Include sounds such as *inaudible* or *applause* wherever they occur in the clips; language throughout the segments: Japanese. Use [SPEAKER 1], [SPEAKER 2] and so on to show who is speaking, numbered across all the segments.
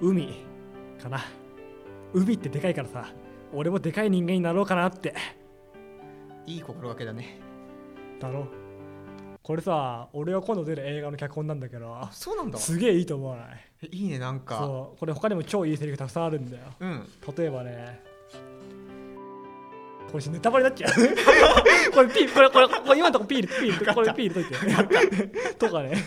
[SPEAKER 1] 海かな海ってでかいからさ俺もでかい人間になろうかなって
[SPEAKER 2] いい心がけだね
[SPEAKER 1] だろこれさ俺が今度出る映画の脚本なんだけど
[SPEAKER 2] あそうなんだ
[SPEAKER 1] すげえいいと思わない
[SPEAKER 2] えいいねなんか
[SPEAKER 1] そうこれ他にも超いいセリフたくさんあるんだよ
[SPEAKER 2] うん
[SPEAKER 1] 例えばねこれネタバレ
[SPEAKER 2] *laughs*
[SPEAKER 1] になっちゃうこれピーこれこれこれ今のとこピールピールこれピールといてとかね
[SPEAKER 2] まあ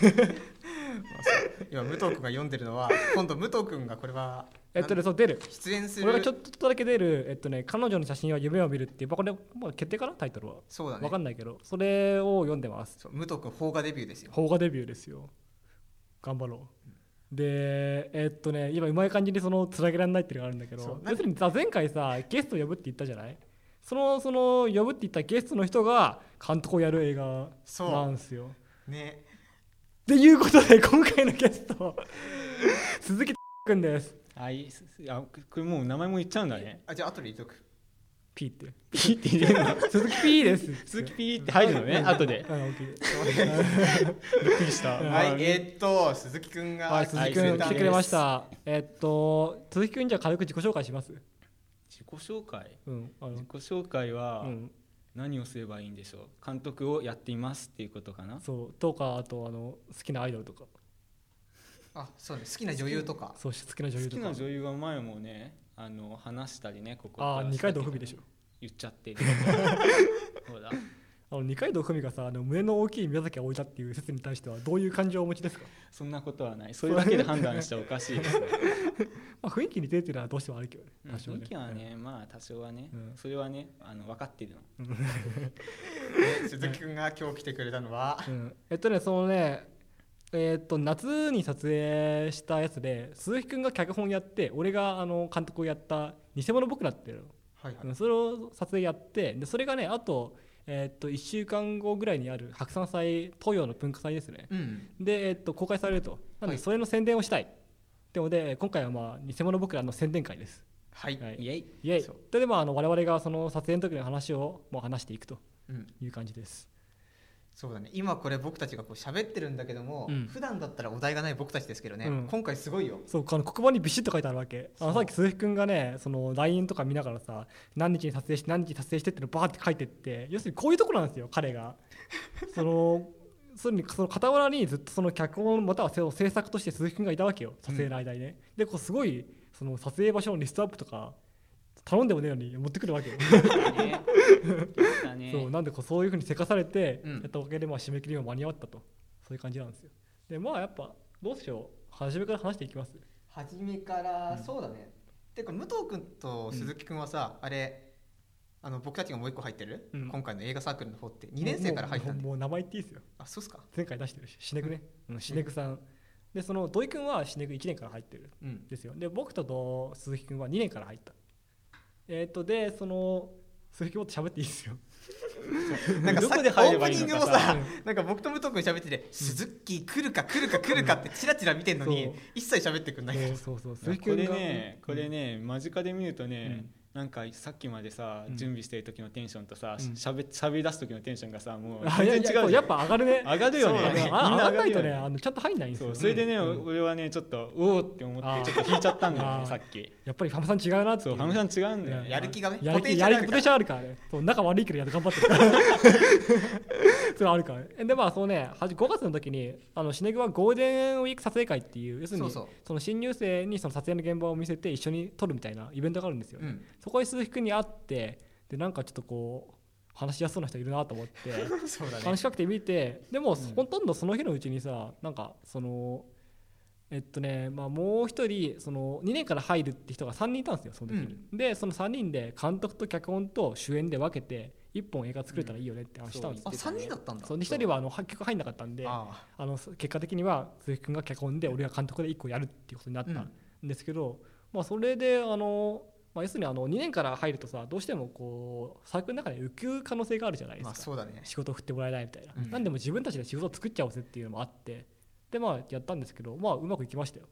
[SPEAKER 2] そう今武藤君が読んで
[SPEAKER 1] *laughs*
[SPEAKER 2] るのは今度武藤君がこれは
[SPEAKER 1] えっとね
[SPEAKER 2] なん
[SPEAKER 1] そう出る
[SPEAKER 2] 出演する
[SPEAKER 1] 俺がちょっとだけ出る、えっとね、彼女の写真は夢を見るっていう、まあこれ、まあ、決定かな、タイトルは。
[SPEAKER 2] そうだ
[SPEAKER 1] わ
[SPEAKER 2] ね
[SPEAKER 1] かんないけど、それを読んでます。
[SPEAKER 2] そう武藤君邦画デビューですよ
[SPEAKER 1] 邦画デビューですよ。頑張ろう。で、えっとね、今、うまい感じにそのつなげられないっていうのがあるんだけ
[SPEAKER 2] そう
[SPEAKER 1] ど、
[SPEAKER 2] なん
[SPEAKER 1] 要するにさ、前回さ、ゲスト呼ぶって言ったじゃないその、その、呼ぶって言ったゲストの人が監督をやる映画
[SPEAKER 2] そう
[SPEAKER 1] なんですよ。
[SPEAKER 2] ね
[SPEAKER 1] ということで、今回のゲスト、 *laughs* 鈴木くんです。
[SPEAKER 3] あいいすあここれもう名前も言っちゃうんだね。
[SPEAKER 2] あじゃあ後で言っとく
[SPEAKER 1] P って。
[SPEAKER 3] ピーって入れるの。
[SPEAKER 1] *laughs* 鈴木 P です。
[SPEAKER 3] 鈴木ピーって入るのね。後で。
[SPEAKER 1] あ OK
[SPEAKER 3] びっくりした。
[SPEAKER 2] はい
[SPEAKER 3] あ
[SPEAKER 2] えーっと鈴木君が
[SPEAKER 1] はい、鈴木くん
[SPEAKER 3] はい
[SPEAKER 1] 来てくれました。えっと、鈴木くんじゃあ軽く自己紹介します。
[SPEAKER 3] 自己紹介。
[SPEAKER 1] うん、あの
[SPEAKER 3] 自己、紹介は
[SPEAKER 1] うん、
[SPEAKER 3] 何をすればいいんでしょう。監督をやっていますっていうことかな。
[SPEAKER 1] そう、とか、あと、あの、好きなアイドルとか。
[SPEAKER 2] あそうね好きな女優とか
[SPEAKER 1] そう、好きな女優
[SPEAKER 3] 好
[SPEAKER 1] と
[SPEAKER 3] きな
[SPEAKER 1] か。
[SPEAKER 3] 女優は前もねあの話したりねここ
[SPEAKER 1] ああ、二階堂ふみでし
[SPEAKER 3] ょ。
[SPEAKER 1] ょ。
[SPEAKER 3] 言っちゃっ
[SPEAKER 1] *laughs*
[SPEAKER 3] てる。ほら。
[SPEAKER 1] あの、二階堂ふみがさ、あの、胸の大きい宮崎あおいだっていう説に対しては、どういう感情をお持ちですか。
[SPEAKER 3] そんなことはない。それだけで判断しちゃおかしいですね。
[SPEAKER 1] まあ、雰囲気似てるっていうのは、どうして *laughs* もあるけどね。多少
[SPEAKER 3] 雰囲気は。ねまあ多少はね
[SPEAKER 1] うん
[SPEAKER 3] それはねあの分かってるの。
[SPEAKER 2] ね鈴木君が今日来てくれたのは
[SPEAKER 1] うん、えっとね、そのね。えっと夏に撮影したやつで鈴木くんが脚本やって俺があの監督をやった「偽物僕ら」っていうの
[SPEAKER 2] はいはい
[SPEAKER 1] うんそれを撮影やってでそれがねあと,、えーっと1週間後ぐらいにある白山祭東洋の文化祭ですね
[SPEAKER 2] うん
[SPEAKER 1] で、えーっと公開されるとなの
[SPEAKER 2] は
[SPEAKER 1] で
[SPEAKER 2] い
[SPEAKER 1] それの宣伝をしたい、でので今回はまあ偽物僕らの宣伝会です
[SPEAKER 2] はい
[SPEAKER 1] はい
[SPEAKER 3] イエイ。
[SPEAKER 1] イエイ
[SPEAKER 2] そう
[SPEAKER 1] ででもあの我々がその撮影の時の話をもう話していくと
[SPEAKER 2] うん
[SPEAKER 1] いう感じです
[SPEAKER 2] そうだね今これ僕たちがこう喋ってるんだけども、
[SPEAKER 1] うん
[SPEAKER 2] 普段だったらお題がない僕たちですけどね、
[SPEAKER 1] うん
[SPEAKER 2] 今回すごいよ
[SPEAKER 1] そうあの黒板にビシッと書いてあるわけあの
[SPEAKER 2] そ
[SPEAKER 1] さ
[SPEAKER 2] う
[SPEAKER 1] っき鈴木君がねその LINE とか見ながらさ何日に撮影して何日に撮影してってのバーって書いてって要するにこういうところなんですよ彼がその *laughs* それにその傍らにずっとその脚本またはその制作として鈴木君がいたわけよ撮影の間にね、でこうすごいその撮影場所のリストアップとか頼んでもねえのに持ってくるわけよ、 *laughs*
[SPEAKER 3] ね。だね
[SPEAKER 1] そうなんでこうそういうふうにせかされて
[SPEAKER 2] うん
[SPEAKER 1] やったおかげでまあ締め切りも間に合ったとそういう感じなんですよでまあやっぱどうしよう初めから話していきます
[SPEAKER 2] 初めから、
[SPEAKER 1] うん
[SPEAKER 2] そうだねてか武藤君と鈴木君はさ、あれあの僕たちがもう一個入ってる、
[SPEAKER 1] うん
[SPEAKER 2] 今回の映画サークルの方って2年生から入ったん
[SPEAKER 1] もう
[SPEAKER 2] で
[SPEAKER 1] もう名前言っていいですよ
[SPEAKER 2] あそうっすか
[SPEAKER 1] 前回出してるしシネクね、うん、シネクさんでその土井君はシネク1年から入ってる
[SPEAKER 2] うん
[SPEAKER 1] んですよで僕とと鈴木君は2年から入ったえっ、とでその鈴木もっと喋っていいですよ
[SPEAKER 2] なんか
[SPEAKER 3] ど
[SPEAKER 2] さ
[SPEAKER 3] こで入ればいいのか
[SPEAKER 2] オープニングもさ
[SPEAKER 3] さ
[SPEAKER 2] なんか僕と武藤君喋ってて「鈴木来るか来るか来るか」ってチラチラ見てんのに、
[SPEAKER 1] そう
[SPEAKER 2] 一切喋ってくんないから、
[SPEAKER 1] そうそうそう
[SPEAKER 3] こ
[SPEAKER 1] 鈴木
[SPEAKER 3] れ
[SPEAKER 1] 君が
[SPEAKER 3] ねこれね間近で見るとね
[SPEAKER 1] うん
[SPEAKER 3] なんかさっきまでさ
[SPEAKER 1] うん
[SPEAKER 3] 準備してる時のテンションとさ
[SPEAKER 1] うん
[SPEAKER 3] しゃべしゃべり出す時のテンションがさもう
[SPEAKER 1] あいや
[SPEAKER 3] 全
[SPEAKER 1] いや
[SPEAKER 3] 然違うじ
[SPEAKER 1] や
[SPEAKER 3] ゃん
[SPEAKER 1] っぱ上がるね
[SPEAKER 3] 上がるよね
[SPEAKER 2] そうだね
[SPEAKER 3] みん
[SPEAKER 1] あ上がんないと
[SPEAKER 3] る
[SPEAKER 1] ね
[SPEAKER 3] よ
[SPEAKER 1] あのちゃんと入んないんです
[SPEAKER 3] そ
[SPEAKER 1] よ、
[SPEAKER 3] うそれでね
[SPEAKER 1] うん
[SPEAKER 3] 俺はねちょっとおおって思
[SPEAKER 1] あー
[SPEAKER 3] ってちょっと引いちゃったんだよ
[SPEAKER 1] あー
[SPEAKER 3] ねさっき
[SPEAKER 1] やっぱりハムさん違うなってい
[SPEAKER 3] そうハムさん違うんだよ
[SPEAKER 1] うん
[SPEAKER 3] ね
[SPEAKER 2] やる気がね
[SPEAKER 1] やる
[SPEAKER 2] ポテン
[SPEAKER 1] 気
[SPEAKER 2] シ
[SPEAKER 1] や
[SPEAKER 2] ャル
[SPEAKER 1] る気ポテ
[SPEAKER 2] あるか
[SPEAKER 1] ン
[SPEAKER 2] ら
[SPEAKER 1] シャルあるからねそう仲悪いけどやっ頑張ってる *laughs* からそれあるからねえでまあそのねはじ5月の時にあのシネグはゴールデンウィーク撮影会っていう要する
[SPEAKER 2] そう
[SPEAKER 1] に
[SPEAKER 2] そ
[SPEAKER 1] その新入生にその撮影の現場を見せて一緒に撮るみたいなイベントがあるんですよ、
[SPEAKER 2] う、うん、
[SPEAKER 1] そこに鈴木君に会ってでなんかちょっとこう話しやすそうな人いるなと思って
[SPEAKER 2] そうだね
[SPEAKER 1] 話しかけてみてでも、
[SPEAKER 3] ん
[SPEAKER 1] ほとんどその日のうちにさなんかそのえっとね、まあ、もう一人その2年から入るって人が3人いたんですよその時に、でその3人で監督と脚本と主演で分けて1本映画作れたらいいよねって話したんですよ、
[SPEAKER 2] あ三3人だったんだ
[SPEAKER 1] そうで1人はあの結局入んなかったんで
[SPEAKER 2] あ
[SPEAKER 1] あの結果的には鈴木君が脚本で俺が監督で1個やるっていうことになったんですけど、まあ、それであの、まあ、要するにあの2年から入るとさどうしてもこうサークルの中で浮く可能性があるじゃない
[SPEAKER 2] あ
[SPEAKER 1] です
[SPEAKER 2] ま
[SPEAKER 1] か、
[SPEAKER 2] あそうだね
[SPEAKER 1] 仕事を振ってもらえないみたいな、
[SPEAKER 2] うん
[SPEAKER 1] なんでも自分たちで仕事を作っちゃおうぜっていうのもあってでまあやったんですけどまあうまくいきましたよ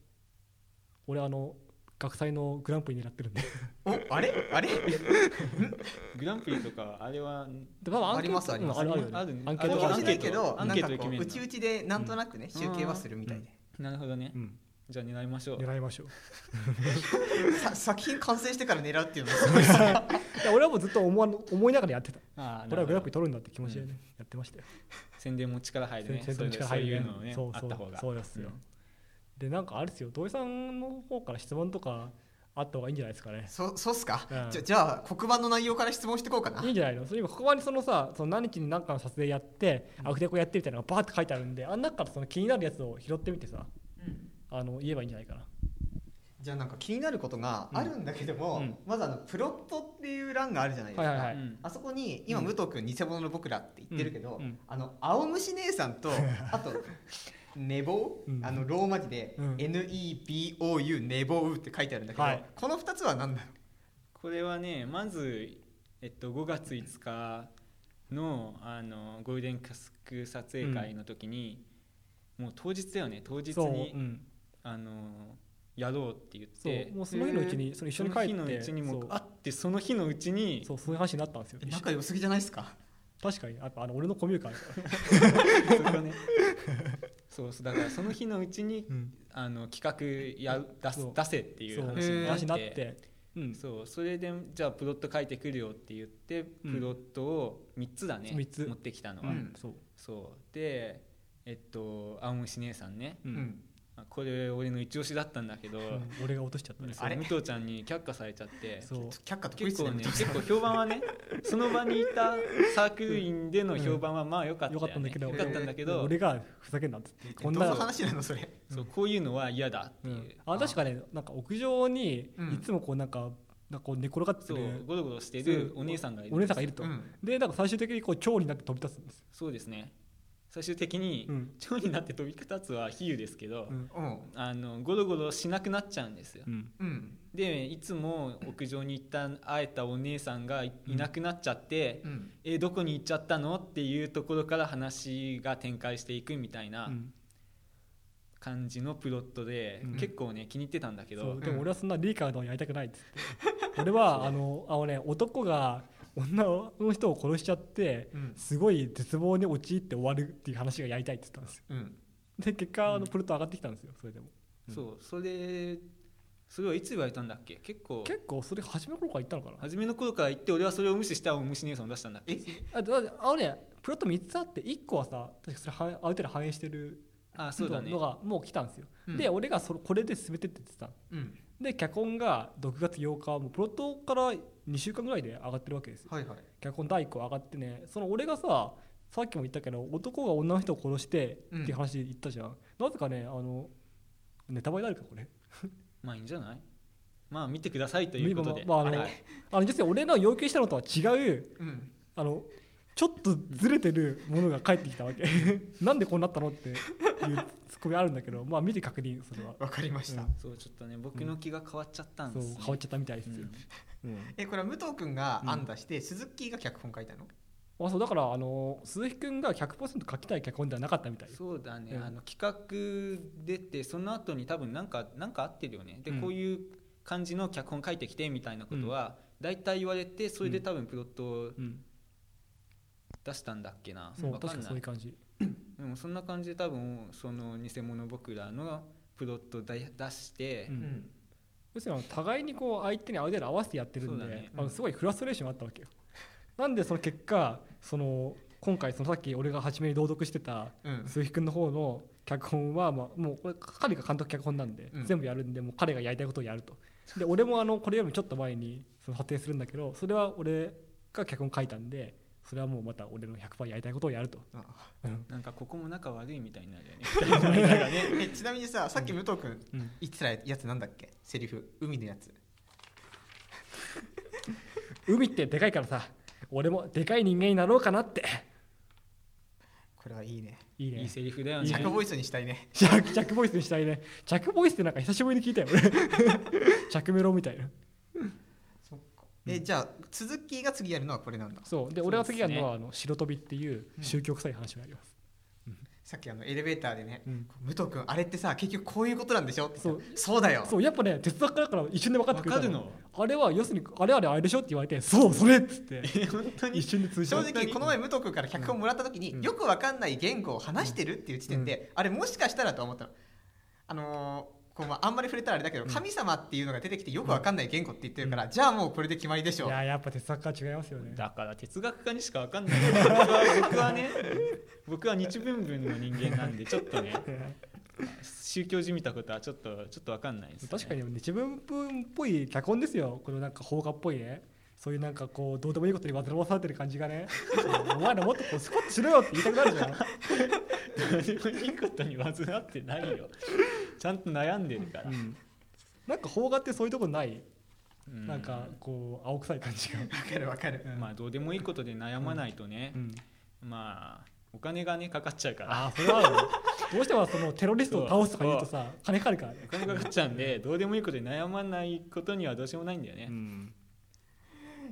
[SPEAKER 1] 俺あの学祭のグランプリ狙ってるんで
[SPEAKER 2] おあれ *laughs* あれ
[SPEAKER 3] グランプリとかあれは
[SPEAKER 1] でまあアンケート
[SPEAKER 2] ありますあります
[SPEAKER 1] うんある
[SPEAKER 3] あ
[SPEAKER 1] ある
[SPEAKER 3] る
[SPEAKER 1] よね
[SPEAKER 3] ね
[SPEAKER 1] アンケ
[SPEAKER 2] あ
[SPEAKER 1] ー
[SPEAKER 2] れ
[SPEAKER 1] ト
[SPEAKER 3] あれは
[SPEAKER 2] は
[SPEAKER 3] ア
[SPEAKER 2] し
[SPEAKER 3] ン
[SPEAKER 2] な
[SPEAKER 3] ケ
[SPEAKER 2] い
[SPEAKER 3] ート
[SPEAKER 2] けど
[SPEAKER 3] アン
[SPEAKER 2] なん
[SPEAKER 3] ケー
[SPEAKER 2] か
[SPEAKER 3] トで
[SPEAKER 2] こ
[SPEAKER 3] 決
[SPEAKER 2] う
[SPEAKER 3] めるの
[SPEAKER 2] うちうちでなんとなくね、集計はするみたいで、
[SPEAKER 3] なるほどね
[SPEAKER 1] うん
[SPEAKER 3] なるほどねじゃあ狙いましょう
[SPEAKER 1] 狙いましょう
[SPEAKER 2] さ *laughs* 作品完成してから狙うっていうのもすごいです
[SPEAKER 1] いや俺はもうずっと思わぬ思いながらやってた
[SPEAKER 3] ああ
[SPEAKER 1] これはグラフィック
[SPEAKER 3] と
[SPEAKER 1] 取るんだって気持ちでね、やってましたよ
[SPEAKER 3] 宣伝も力入るね
[SPEAKER 1] 宣伝も力
[SPEAKER 3] そう
[SPEAKER 1] 入
[SPEAKER 3] い
[SPEAKER 1] る
[SPEAKER 3] う
[SPEAKER 1] ね
[SPEAKER 3] そうい
[SPEAKER 1] そう
[SPEAKER 3] うのねあ
[SPEAKER 1] そう
[SPEAKER 3] った方が
[SPEAKER 1] そうですよでなんかあれですよ土井さんの方から質問とかあった方がいいんじゃないですかね
[SPEAKER 2] そそうっすか、
[SPEAKER 1] うん
[SPEAKER 2] じゃじゃあ黒板の内容から質問していこうかない
[SPEAKER 1] いんじゃないのそれ今ここにそのさその何日に何かの撮影やって、
[SPEAKER 2] うん
[SPEAKER 1] アフレコやってみたいなのがバーって書いてあるんであん中からその気になるやつを拾ってみてさ
[SPEAKER 2] うん
[SPEAKER 1] あの言えばいいんじゃないかな
[SPEAKER 2] じゃあなんか気になることがあるんだけども、
[SPEAKER 1] うんうん
[SPEAKER 2] まずあのプロットっていう欄があるじゃないですか、
[SPEAKER 1] はいはいはい
[SPEAKER 3] うん
[SPEAKER 2] あそこに今
[SPEAKER 1] うん
[SPEAKER 2] 武藤君偽物の僕らって言ってるけど、
[SPEAKER 1] うんうん
[SPEAKER 2] あの青虫姉さん
[SPEAKER 1] *laughs*
[SPEAKER 2] とあと寝坊、
[SPEAKER 1] うん
[SPEAKER 2] あのローマ字で、
[SPEAKER 1] うん
[SPEAKER 2] NEBOU 寝坊って書いてあるんだけど、
[SPEAKER 1] はい
[SPEAKER 2] この2つは何だろ
[SPEAKER 3] これはねまず、えっと、5月5日のあのゴールデンカスク撮影会の時に、もう当日だよね当日
[SPEAKER 1] そう、う
[SPEAKER 3] に、
[SPEAKER 1] ん、
[SPEAKER 3] あのやろうって言っ
[SPEAKER 1] そう
[SPEAKER 3] て
[SPEAKER 1] もうその日のうちに、その一緒に帰って
[SPEAKER 3] その日のうちにも
[SPEAKER 1] そう
[SPEAKER 3] う会ってその日のうちに
[SPEAKER 1] そうそういう話になったんですよ
[SPEAKER 2] う仲良すぎじゃないですか
[SPEAKER 1] 確かにやっぱあの俺のコミューカー
[SPEAKER 3] それがね *laughs* そうそうだからその日のうちに
[SPEAKER 1] うん、
[SPEAKER 3] あの企画や出す
[SPEAKER 1] そう
[SPEAKER 3] 出せっていう
[SPEAKER 1] そう
[SPEAKER 3] 話になっ
[SPEAKER 1] 話
[SPEAKER 3] て
[SPEAKER 1] になって、うん、
[SPEAKER 3] そうそれでじゃあプロット書いてくるよって言って
[SPEAKER 1] うん
[SPEAKER 3] プロットを3つだね、
[SPEAKER 1] 三つ
[SPEAKER 3] 持ってきたの
[SPEAKER 1] う
[SPEAKER 3] は、
[SPEAKER 1] んそう、
[SPEAKER 3] そうでえっと青虫姉さんね
[SPEAKER 1] う
[SPEAKER 2] うんん
[SPEAKER 3] あこれ俺の一押しだったんだけど、
[SPEAKER 1] うん俺が落としちゃったね
[SPEAKER 3] そう
[SPEAKER 2] あれ
[SPEAKER 3] 武藤ちゃんに却下されちゃって
[SPEAKER 1] そう
[SPEAKER 2] 却下得意っ
[SPEAKER 3] 結
[SPEAKER 2] すね
[SPEAKER 3] 構ね
[SPEAKER 2] 武藤
[SPEAKER 3] 結
[SPEAKER 2] さん
[SPEAKER 3] 構評
[SPEAKER 1] *laughs*
[SPEAKER 3] 判はねその場にいたサークル員での評判はまあ良かったよ、ね
[SPEAKER 1] 良かったんだけど
[SPEAKER 3] 良かったんだけど
[SPEAKER 1] 俺がふざけんなっつってこんな
[SPEAKER 2] どの話なのそれ
[SPEAKER 3] そうこういうのは嫌だって
[SPEAKER 1] う
[SPEAKER 3] いう、
[SPEAKER 1] ん、あ確かねなんか屋上に
[SPEAKER 2] うん
[SPEAKER 1] いつもこうなんか、なんかこう寝転がって
[SPEAKER 3] そう
[SPEAKER 1] る
[SPEAKER 3] ゴロゴロしてるお姉さんがいる
[SPEAKER 1] お姉さんがいると、
[SPEAKER 2] うん
[SPEAKER 1] でなんか最終的にこう蝶になって飛び立つんです、
[SPEAKER 3] そうですね最終的に
[SPEAKER 1] うん
[SPEAKER 3] 蝶になって飛び立つは比喩ですけど、
[SPEAKER 1] うん
[SPEAKER 2] うん
[SPEAKER 3] あのゴロゴロしなくなっちゃうんですよ
[SPEAKER 1] うん、
[SPEAKER 2] うん
[SPEAKER 3] でいつも屋上に行った会えたお姉さんがいいなくなっちゃって、
[SPEAKER 2] うん
[SPEAKER 3] えどこに行っちゃったのっていうところから話が展開していくみたいな感じのプロットで、
[SPEAKER 1] うん
[SPEAKER 3] 結構ね気に入ってたんだけ
[SPEAKER 1] そ
[SPEAKER 3] ど
[SPEAKER 1] うでも俺はそんなリーカーのやりたくないっつって俺はあのあのね男が女の人を殺しちゃって
[SPEAKER 2] うん
[SPEAKER 1] すごい絶望に陥って終わるっていう話がやりたいって言ったんですよ
[SPEAKER 2] うん
[SPEAKER 1] で結果あ
[SPEAKER 3] うん
[SPEAKER 1] のプルト上がってきたんですよそれでも
[SPEAKER 3] そうそれそれはいつ言われたんだっけ結構
[SPEAKER 1] 結構それ初めの頃から言ったのかな
[SPEAKER 3] 初めの頃から言って俺はそれを無視した虫姉さんを出したんだっけ
[SPEAKER 2] え
[SPEAKER 1] あだってあのねプロット3つあって1個はさ確かそれはある程度反映してる
[SPEAKER 3] あそうだね
[SPEAKER 1] のがもう来たんですよ、
[SPEAKER 2] うん
[SPEAKER 1] で俺がそれこれで進めてって言ってたの
[SPEAKER 2] うん
[SPEAKER 1] で脚本が6月8日もうプロットから2週間ぐらいで上がってるわけですよ
[SPEAKER 2] はいはい
[SPEAKER 1] 脚本第1個上がってねその俺がささっきも言ったけど男が女の人を殺してっていう話言ったじゃん、なぜかねあのネタバレになるかこれ
[SPEAKER 3] まあいいんじゃないまあ見てくださいということで、
[SPEAKER 1] まあまああの
[SPEAKER 3] はい
[SPEAKER 1] あの実は俺の要求したのとは違う
[SPEAKER 2] うん
[SPEAKER 1] あのちょっとずれてるものが返ってきた
[SPEAKER 2] *laughs*
[SPEAKER 1] わけなんでこうなったのっていうツッコミあるんだけどまあ見て確認それは
[SPEAKER 2] わかりました
[SPEAKER 1] うん
[SPEAKER 3] そうちょっとね僕の気が変わっちゃったん
[SPEAKER 1] そ
[SPEAKER 3] で
[SPEAKER 1] う
[SPEAKER 3] す、ね
[SPEAKER 1] 変わっちゃったみたいですよ、
[SPEAKER 2] えこれは武藤君が案出して、鈴木が脚本書いたの
[SPEAKER 1] あそうだからあの鈴木君が100%書きたい脚本ではなかったみたいです
[SPEAKER 3] そうだね、
[SPEAKER 1] うん
[SPEAKER 3] あの企画出てその後に多分なんかなんか合ってるよねで、
[SPEAKER 1] うん
[SPEAKER 3] こういう感じの脚本書いてきてみたいなことは大体言われてそれで多分プロットを
[SPEAKER 1] うん、
[SPEAKER 3] 出したんだっけな、
[SPEAKER 1] そう
[SPEAKER 3] わか
[SPEAKER 1] 確
[SPEAKER 3] ん
[SPEAKER 1] か
[SPEAKER 3] な
[SPEAKER 1] そうい
[SPEAKER 3] いう
[SPEAKER 1] 感じ
[SPEAKER 3] でもそんな感じで多分その偽物僕らのプロットだ出して、
[SPEAKER 1] うん要するにあの互いにこう相手に相手で合わせてやってるんで、
[SPEAKER 3] そうだね
[SPEAKER 1] あのすごいフラストレーションがあったわけよなんでその結果その今回そのさっき俺が初めに朗読してた *laughs*
[SPEAKER 2] うん
[SPEAKER 1] 鈴木君の方の脚本は、まあ、もうこれ彼が監督脚本なんで、
[SPEAKER 2] うん
[SPEAKER 1] 全部やるんでもう彼がやりたいことをやるとで俺もあのこれよりもちょっと前にその撮影するんだけどそれは俺が脚本書いたんでそれはもうまた俺の100%やりたいことをやると
[SPEAKER 2] あ *laughs*
[SPEAKER 3] なんかここも仲悪いみたいになるよね
[SPEAKER 2] えちなみにささっき武藤君
[SPEAKER 1] うん
[SPEAKER 2] 言ってたやつなんだっけセリフ海のやつ
[SPEAKER 1] 海ってでかいからさ俺もでかい人間になろうかなって
[SPEAKER 2] これはいいね
[SPEAKER 1] いいね
[SPEAKER 3] いいセリフだよ
[SPEAKER 1] い
[SPEAKER 3] ね
[SPEAKER 1] い
[SPEAKER 2] ジ
[SPEAKER 1] ね
[SPEAKER 2] ャックボイスにしたいね
[SPEAKER 1] *laughs* ジャックジャックボイスにしたいねジャックボイスってなんか久しぶりに聞いたよ俺 *laughs* ジャックメロみたいな
[SPEAKER 2] そっかえじゃあ鈴木が次やるのはこれなんだ
[SPEAKER 1] そうで俺が次やるのはあの白飛びっていう宗教臭い話をやります、
[SPEAKER 2] さっきあのエレベーターでね
[SPEAKER 1] うん
[SPEAKER 2] 武藤君あれってさ結局こういうことなんでしょって
[SPEAKER 1] そ
[SPEAKER 2] そううそうだよ
[SPEAKER 1] そうやっぱね哲学家だから一瞬で分かって
[SPEAKER 3] わ
[SPEAKER 1] くれた
[SPEAKER 3] かるの
[SPEAKER 1] あれは要するにあれあれあれでしょって言われてそうそれっつって
[SPEAKER 3] 本当
[SPEAKER 1] *laughs*
[SPEAKER 3] に
[SPEAKER 1] 一瞬で通じ
[SPEAKER 2] 正
[SPEAKER 1] た
[SPEAKER 2] 直この前武藤君から脚本もらった時に、
[SPEAKER 1] うん
[SPEAKER 2] よくわかんない言語を話してるっていう時点で、あれもしかしたらと思ったのあのーこうまああんまり触れたらあれだけど、
[SPEAKER 1] うん
[SPEAKER 2] 神様っていうのが出てきてよくわかんない言語って言ってるから、じゃあもうこれで決まりでしょ
[SPEAKER 1] いややっぱ哲学家は違いますよね
[SPEAKER 3] だから哲学家にしか分かんない僕は僕はね僕は日文文の人間なんでちょっとね
[SPEAKER 1] うん
[SPEAKER 3] 宗教じみたことはちょっとちょっと分かんないです、ね、
[SPEAKER 1] 確かに日文文っぽい脚本ですよこのなんか放火っぽいねそういうなんかこうどうでもいいことに惑わされてる感じがね *laughs* お前らもっとこうスコッとしろよって言いたくなるじゃん
[SPEAKER 3] 何も *laughs* いいことに患ってない
[SPEAKER 1] *laughs*
[SPEAKER 3] よちゃんと悩んでるから、
[SPEAKER 1] なんか邦画ってそういうとこない、
[SPEAKER 3] う
[SPEAKER 1] なんかこう青臭い感
[SPEAKER 3] *laughs*
[SPEAKER 1] じが、
[SPEAKER 2] わかるわかる、
[SPEAKER 1] うん
[SPEAKER 3] まあどうでもいいことで悩まないとね、まあお金がねかかっちゃうから
[SPEAKER 1] ああそれはあるどうしてもそのテロリストを倒すとか言うとさ金かかるからね、
[SPEAKER 3] *laughs* お金かかっちゃうんでどうでもいいことで悩まないことにはどうしようもないんだよね、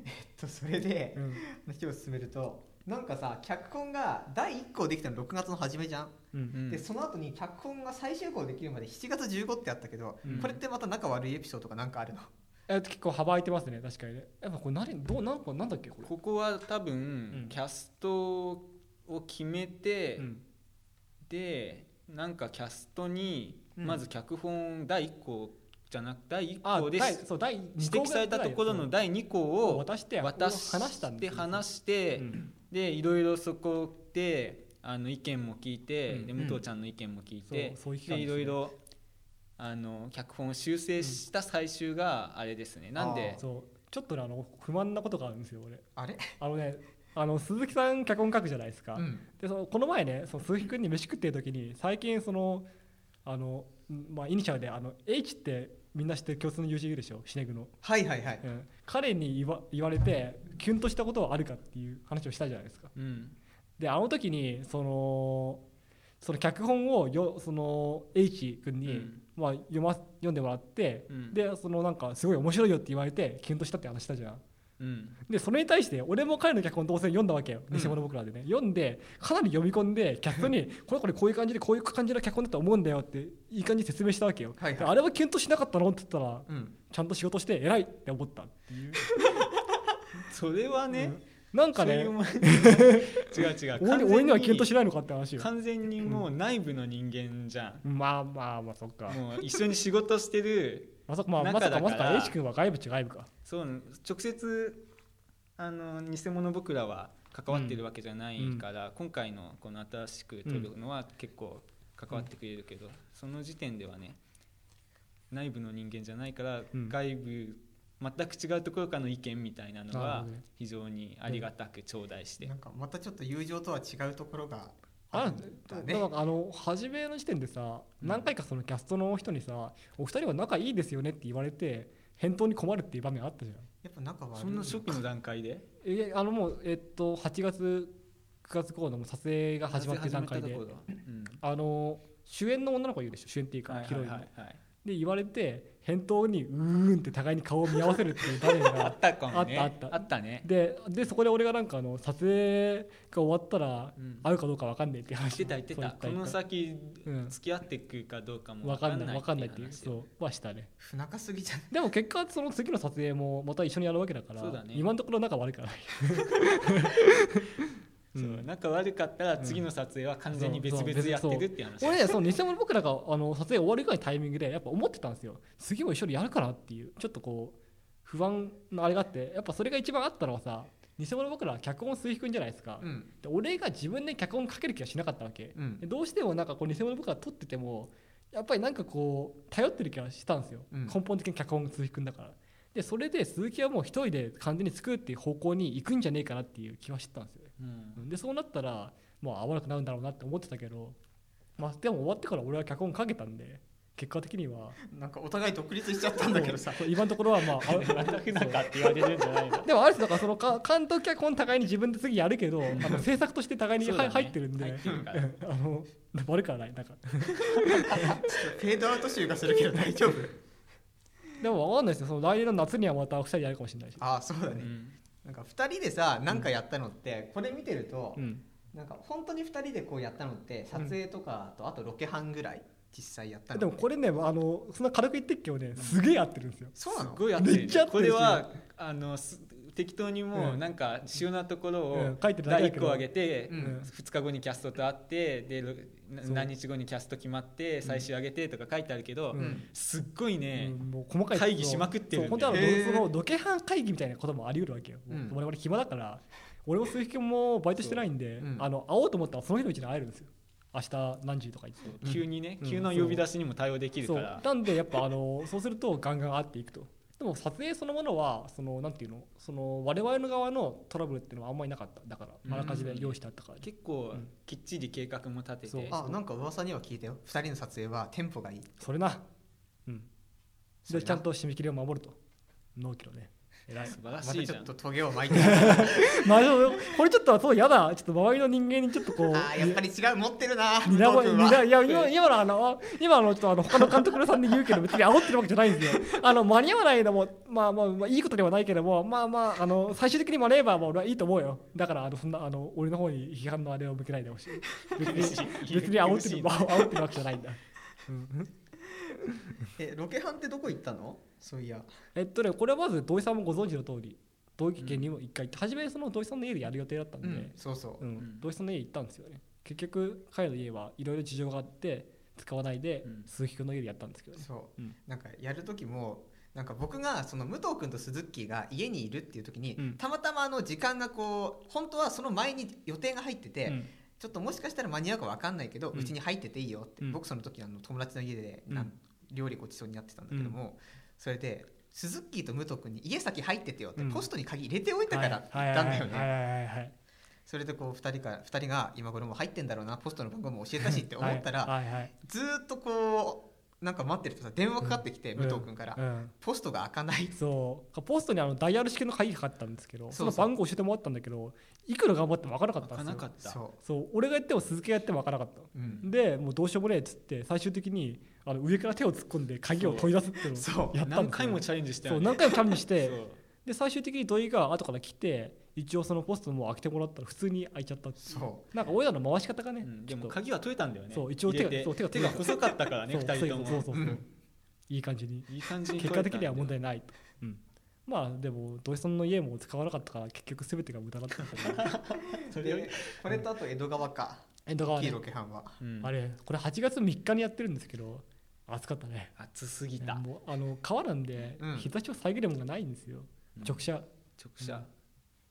[SPEAKER 2] えっとそれで
[SPEAKER 1] うん
[SPEAKER 2] 話を進めるとなんかさ脚本が第1項できたの6月の初めじゃん、
[SPEAKER 1] うん
[SPEAKER 3] うん
[SPEAKER 2] でその後に脚本が最終項できるまで7月15ってあったけど、
[SPEAKER 1] うん
[SPEAKER 2] これってまた仲悪いエピソードがなんかあるの
[SPEAKER 1] えっと結構幅空いてますね確かにねやっぱこれ何どうなんかなんだっけこれ
[SPEAKER 3] ここは多分、
[SPEAKER 1] ん
[SPEAKER 3] キャストを決めて、
[SPEAKER 1] うん
[SPEAKER 3] でなんかキャストに、
[SPEAKER 1] うん
[SPEAKER 3] まず脚本第1項じゃなく第1
[SPEAKER 1] あ
[SPEAKER 3] 項で
[SPEAKER 1] 第そう第
[SPEAKER 3] 指摘されたところの第2項
[SPEAKER 1] を
[SPEAKER 3] を
[SPEAKER 1] 渡して
[SPEAKER 3] 渡
[SPEAKER 1] こう話したんで
[SPEAKER 3] して
[SPEAKER 1] すよ
[SPEAKER 3] 話して、
[SPEAKER 1] うん
[SPEAKER 3] でいろいろそこであの意見も聞いて、
[SPEAKER 1] うん
[SPEAKER 3] で武藤ちゃんの意見も聞いて、
[SPEAKER 1] そうそういう期間
[SPEAKER 3] で
[SPEAKER 1] ですね
[SPEAKER 3] いろいろあの脚本を修正した最終があれですね、なんで
[SPEAKER 1] そうちょっとねあの不満なことがあるんですよ俺
[SPEAKER 2] あれ、
[SPEAKER 1] あのねあの鈴木さん脚本書くじゃないですか、
[SPEAKER 2] うん
[SPEAKER 1] でそのこの前ねその鈴木君に飯食ってる時に最近そのあの、んまあ、イニシャルであの H ってみんな知ってる共通の友人いるでしょシネグの、
[SPEAKER 2] はいはいはい、
[SPEAKER 1] うん、彼に言わ言われてキュンとしたことはあるかっていう話をしたじゃないですか
[SPEAKER 3] うん
[SPEAKER 1] であの時にそのその脚本をよその H 君に、
[SPEAKER 3] うん
[SPEAKER 1] まあ、読ま読んでもらって、
[SPEAKER 3] うん
[SPEAKER 1] でそのなんかすごい面白いよって言われてキュンとしたって話したじゃん *laughs*
[SPEAKER 3] うん
[SPEAKER 1] でそれに対して俺も彼の脚本当然読んだわけよ
[SPEAKER 2] うん
[SPEAKER 1] 西物僕らでね、読んでかなり読み込んでキャストに「これこれこういう感じでこういう感じの脚本だと思うんだよ」っていい感じに説明したわけよ、
[SPEAKER 2] はいはい
[SPEAKER 1] であれはキュンとしなかったのって言ったら
[SPEAKER 2] うん、
[SPEAKER 1] ちゃんと仕事して偉いって思ったっていう、
[SPEAKER 3] それはね、
[SPEAKER 1] なんか
[SPEAKER 3] そうい
[SPEAKER 1] ね *laughs*
[SPEAKER 3] うもん違う違う
[SPEAKER 1] 俺に俺にはキュンとしないのかって話よ
[SPEAKER 3] 完全にもう内部の人間じゃん、
[SPEAKER 1] まあまあまあそっか
[SPEAKER 3] もう一緒に仕事してる
[SPEAKER 1] まさかまあま
[SPEAKER 3] 中
[SPEAKER 1] さ
[SPEAKER 3] だか
[SPEAKER 1] からまさか H 君は外部違う外部か
[SPEAKER 3] そう直接あの偽物僕らは関わってるわけじゃないから、今回のこの新しく撮るのは結構関わってくれるけど、その時点ではね内部の人間じゃないから、
[SPEAKER 1] うん
[SPEAKER 3] 外部全く違うところからの意見みたいなの
[SPEAKER 1] なる
[SPEAKER 3] は
[SPEAKER 1] ほどね
[SPEAKER 3] 非常にありがたく頂戴して、
[SPEAKER 2] なんかまたちょっと友情とは違うところが
[SPEAKER 1] あ
[SPEAKER 2] ある
[SPEAKER 1] る
[SPEAKER 2] んだ
[SPEAKER 1] だ
[SPEAKER 2] ね
[SPEAKER 1] からあの初めの時点でさ
[SPEAKER 3] うん
[SPEAKER 1] 何回かそのキャストの人にさ「お二人は仲いいですよね」って言われて返答に困るっていう場面あったじゃん
[SPEAKER 2] やっぱ仲悪い
[SPEAKER 3] そんな初期の段階で
[SPEAKER 1] えあのもうえっと8月9月頃のもう撮影が始まってる段階で
[SPEAKER 3] 始まったところうん
[SPEAKER 1] あの主演の女の子がいるでしょ主演っていうか
[SPEAKER 3] はい
[SPEAKER 1] ヒロイン
[SPEAKER 3] はい
[SPEAKER 1] の
[SPEAKER 3] はいはい
[SPEAKER 1] で言われて返答にうーんって互いに顔を見合わせるっていう場面
[SPEAKER 3] あ *laughs*
[SPEAKER 1] が
[SPEAKER 3] ったかもね
[SPEAKER 1] あったあった
[SPEAKER 3] ね
[SPEAKER 1] ででそこで俺がなんかあの撮影が終わったら
[SPEAKER 3] うん
[SPEAKER 1] 会うかどうか分かんないって話
[SPEAKER 3] 言ってた言って
[SPEAKER 1] そ
[SPEAKER 3] たこ
[SPEAKER 1] う言
[SPEAKER 3] の
[SPEAKER 1] った
[SPEAKER 3] 先
[SPEAKER 1] うん
[SPEAKER 3] 付き合っていくかどうかも
[SPEAKER 1] 分
[SPEAKER 3] 分
[SPEAKER 1] か
[SPEAKER 3] か
[SPEAKER 1] ん
[SPEAKER 3] ん
[SPEAKER 1] な
[SPEAKER 3] ないい
[SPEAKER 1] 分かんないっていう
[SPEAKER 3] 話だよ
[SPEAKER 1] そうはしたね
[SPEAKER 2] 不仲すぎじゃん
[SPEAKER 1] でも結果その次の撮影もまた一緒にやるわけだから
[SPEAKER 3] そうだね
[SPEAKER 1] 今のところ仲悪くは
[SPEAKER 3] *laughs*
[SPEAKER 1] ない *laughs*
[SPEAKER 3] そう
[SPEAKER 1] うん
[SPEAKER 3] 仲悪かったら次の撮影は完全に別々やってるっていう話
[SPEAKER 1] 俺ねその偽物僕らがあの撮影終わるぐらいのタイミングでやっぱ思ってたんですよ次も一緒にやるかなっていうちょっとこう不安のあれがあってやっぱそれが一番あったのはさ偽物僕らは脚本水引くんじゃないですか、
[SPEAKER 2] うん
[SPEAKER 1] で俺が自分で脚本書ける気がしなかったわけ、
[SPEAKER 2] うん
[SPEAKER 1] でどうしてもなんかこう偽物僕ら撮っててもやっぱりなんかこう頼ってる気がしたんですよ、
[SPEAKER 2] うん
[SPEAKER 1] 根本的に脚本が鈴木君だからでそれで鈴木はもう一人で完全に作るっていう方向に行くんじゃねえかなっていう気はしてたんですよね
[SPEAKER 3] うん
[SPEAKER 1] でそうなったらもう合わなくなるんだろうなって思ってたけど、まあ、でも終わってから俺は脚本かけたんで結果的には
[SPEAKER 2] なんかお互い独立しちゃったんだけ
[SPEAKER 1] *laughs*
[SPEAKER 2] どさ
[SPEAKER 1] そう今のところはまあ
[SPEAKER 3] *laughs*
[SPEAKER 1] あ
[SPEAKER 3] また不仲って言われるんじゃないの
[SPEAKER 1] でもある種だからそのか監督脚本互いに自分で次やるけどあの制作として互いに
[SPEAKER 3] そう
[SPEAKER 1] は
[SPEAKER 3] だ
[SPEAKER 1] い
[SPEAKER 3] ね
[SPEAKER 1] 入ってるん
[SPEAKER 3] 入
[SPEAKER 1] で
[SPEAKER 3] ってるから
[SPEAKER 1] うん *laughs* あの悪くはないなんか
[SPEAKER 2] フェードアウト集がするけど大丈夫
[SPEAKER 1] でも分かんないですよその来年の夏にはまた二人やるかもしれないし、
[SPEAKER 2] ああそうだね、
[SPEAKER 3] うん
[SPEAKER 2] なんか2人でさなんかやったのってこれ見てると、
[SPEAKER 1] うん、
[SPEAKER 2] なんか本当に2人でこうやったのって撮影とかとあとロケ班ぐらい実際やったの
[SPEAKER 1] でもこれねあのそんな軽く言ってっけどねすげえ合ってるんですよ
[SPEAKER 2] そうな
[SPEAKER 3] す
[SPEAKER 2] の
[SPEAKER 3] ごい合ってる
[SPEAKER 1] めっちゃ合って
[SPEAKER 3] こ
[SPEAKER 1] るんです
[SPEAKER 3] れ
[SPEAKER 1] よ
[SPEAKER 3] はあのす適当にも
[SPEAKER 1] う
[SPEAKER 3] うんなんか主なところ
[SPEAKER 1] う
[SPEAKER 3] を
[SPEAKER 1] ん書いてるだけ
[SPEAKER 3] 第
[SPEAKER 1] だ
[SPEAKER 3] 1
[SPEAKER 1] けど
[SPEAKER 3] 個上げて
[SPEAKER 2] うん
[SPEAKER 3] 2日後にキャストと会ってでろな
[SPEAKER 1] そう
[SPEAKER 3] 何日後にキャスト決まって最終上げてとか書いてあるけど
[SPEAKER 1] うん
[SPEAKER 3] すっごいね
[SPEAKER 1] うんもう細かい
[SPEAKER 3] 会議しまくってるん
[SPEAKER 1] そう
[SPEAKER 3] だ
[SPEAKER 1] 本
[SPEAKER 3] よ
[SPEAKER 1] 当は
[SPEAKER 2] へー
[SPEAKER 1] その土下班会議みたいなこともあり得るわけよ、
[SPEAKER 2] うん
[SPEAKER 1] 我々暇だから俺も鈴木君もバイトしてないんで、
[SPEAKER 2] そううん
[SPEAKER 1] あの会おうと思ったらその日のうちに会えるんですよ明日何時とか言って
[SPEAKER 2] うん
[SPEAKER 3] 急にね
[SPEAKER 1] うん
[SPEAKER 3] 急な呼び出しにも対応できる
[SPEAKER 1] そ
[SPEAKER 3] か
[SPEAKER 1] う
[SPEAKER 3] ら
[SPEAKER 1] なんでやっぱあのそうするとガンガン会っていくとでも撮影そのものはそのなんていうのその我々の側のトラブルっていうのはあんまりなかっただからあらかじめ用意してあったから、
[SPEAKER 3] 結構
[SPEAKER 1] うん
[SPEAKER 3] きっちり計画も立て
[SPEAKER 1] そう
[SPEAKER 3] て
[SPEAKER 2] あなんか噂には聞いたよ2人の撮影はテンポがいい
[SPEAKER 1] それなうん
[SPEAKER 2] それ
[SPEAKER 1] で
[SPEAKER 2] な
[SPEAKER 1] ちゃんと締め切りを守ると納期のね偉い
[SPEAKER 3] 素晴ら
[SPEAKER 2] ま
[SPEAKER 3] した
[SPEAKER 2] ち
[SPEAKER 3] いじ
[SPEAKER 2] ょ
[SPEAKER 3] ゃ
[SPEAKER 2] っ
[SPEAKER 3] ん
[SPEAKER 2] とトゲを巻いてる
[SPEAKER 1] まあでもこれちょっとそうやだちょっと周りの人間にちょっとこう
[SPEAKER 2] あーやっぱり違う持ってるな
[SPEAKER 1] 見習
[SPEAKER 2] 武
[SPEAKER 1] い
[SPEAKER 2] 藤
[SPEAKER 1] 見
[SPEAKER 2] 君
[SPEAKER 1] 習
[SPEAKER 2] はい
[SPEAKER 1] いや今今のあの今のちょっとあの他の監督さんで言うけど別に煽ってるわけじゃないんですよあの間に合わないのもまあまあまあいいことではないけどもまあまああの最終的に間に合えばもう俺はいいと思うよだからあのそんなあの俺の方に批判のあれを向けないでほしい別
[SPEAKER 2] *laughs*
[SPEAKER 3] *laughs*
[SPEAKER 1] に別に煽ってる
[SPEAKER 3] 厳しい
[SPEAKER 1] 煽ってるわけじゃないんだ
[SPEAKER 2] えロケハンってどこ行ったのそういや
[SPEAKER 1] えっとねこれはまず土井さんもご存知の通り土井家にも一回行って初めその土井さんの家でやる予定だったんで、
[SPEAKER 2] うんそうそう
[SPEAKER 1] うん
[SPEAKER 3] ん
[SPEAKER 1] 土井さんの家行ったんですよね結局彼の家はいろいろ事情があって使わないで
[SPEAKER 3] うん
[SPEAKER 1] 鈴木君の家でやったんですけどね、
[SPEAKER 2] そう、
[SPEAKER 1] うん
[SPEAKER 2] なんかやる時もなんか僕がその武藤君と鈴木が家にいるっていう時に、
[SPEAKER 1] うん
[SPEAKER 2] たまたまあの時間がこう本当はその前に予定が入ってて、
[SPEAKER 1] うん
[SPEAKER 2] ちょっともしかしたら間に合うか分かんないけど
[SPEAKER 1] うん
[SPEAKER 2] うち、に入ってていいよって、
[SPEAKER 1] うん
[SPEAKER 2] 僕その時あの友達の家でな、
[SPEAKER 1] うん
[SPEAKER 2] 料理ごちそうになってたんだけども、それで鈴木と武藤君に家先入っててよって、
[SPEAKER 1] うん
[SPEAKER 2] ポストに鍵入れておいたからって言ったんだよね、
[SPEAKER 1] はいはいはいはいはい
[SPEAKER 2] それでこう2人から二人が今頃もう入ってんだろうなポストの番号も教えたしって思ったら、
[SPEAKER 1] はいはいはい
[SPEAKER 2] ずーっとこうなんか待ってるとさ電話かかってきて、
[SPEAKER 1] うん
[SPEAKER 2] 武藤君から、
[SPEAKER 1] うん
[SPEAKER 2] ポストが開かない
[SPEAKER 1] そうポストにあのダイヤル式の鍵かかったんですけど
[SPEAKER 2] そ
[SPEAKER 1] そう
[SPEAKER 2] そう
[SPEAKER 1] の番号教えてもらったんだけどいくら頑張っても開かなかっ
[SPEAKER 3] 開
[SPEAKER 1] たんで
[SPEAKER 3] か
[SPEAKER 1] すよ
[SPEAKER 3] なかっ
[SPEAKER 2] そ
[SPEAKER 3] た
[SPEAKER 1] そう俺がやっても鈴木がやっても開かなかった
[SPEAKER 2] う、うん、
[SPEAKER 1] でもうどうしようもねえっつって最終的にあの上から手を突っ込んで鍵を取り出すっていうの
[SPEAKER 2] そ
[SPEAKER 1] を
[SPEAKER 2] う
[SPEAKER 1] やったんですよ
[SPEAKER 3] 何回もチャレンジした
[SPEAKER 1] そ
[SPEAKER 3] よ
[SPEAKER 1] う
[SPEAKER 3] ね
[SPEAKER 1] 何回もチャレンジし
[SPEAKER 3] そ
[SPEAKER 1] て
[SPEAKER 3] う
[SPEAKER 1] で最終的に土井が後から来て一応そのポストも開けてもらったら普通に開いちゃったっていう
[SPEAKER 2] そ
[SPEAKER 1] なんか俺らの回し方がね、
[SPEAKER 3] うんで
[SPEAKER 1] ちょ
[SPEAKER 3] も
[SPEAKER 1] っと
[SPEAKER 3] 鍵は取れたんだよね
[SPEAKER 1] そう一応手が
[SPEAKER 3] 入れて
[SPEAKER 1] そう手が
[SPEAKER 3] 手が細かったからね
[SPEAKER 1] そう
[SPEAKER 3] 2人と
[SPEAKER 1] そうそう
[SPEAKER 3] も
[SPEAKER 1] そうそういい感じ
[SPEAKER 3] *laughs*
[SPEAKER 1] に
[SPEAKER 3] いい感じに
[SPEAKER 1] 結果的には
[SPEAKER 3] 取
[SPEAKER 1] 問
[SPEAKER 3] れたんだ
[SPEAKER 1] 題な
[SPEAKER 3] よ
[SPEAKER 1] いと、うんまあでも土井さんの家も使わなかったから結局全てが無駄だったんだけ
[SPEAKER 3] *laughs*
[SPEAKER 1] ど
[SPEAKER 2] う
[SPEAKER 3] それより
[SPEAKER 2] でこれとあと江戸川か
[SPEAKER 1] エンド川
[SPEAKER 2] 黄
[SPEAKER 1] ね
[SPEAKER 2] 色気班は
[SPEAKER 3] うん
[SPEAKER 1] あれこれ8月3日にやってるんですけど暑かったね
[SPEAKER 3] 熱すぎた
[SPEAKER 1] もうあの川なんで
[SPEAKER 2] うん
[SPEAKER 1] 日差しを遮るものがないんですよ、
[SPEAKER 3] うん
[SPEAKER 1] 直射
[SPEAKER 3] 直射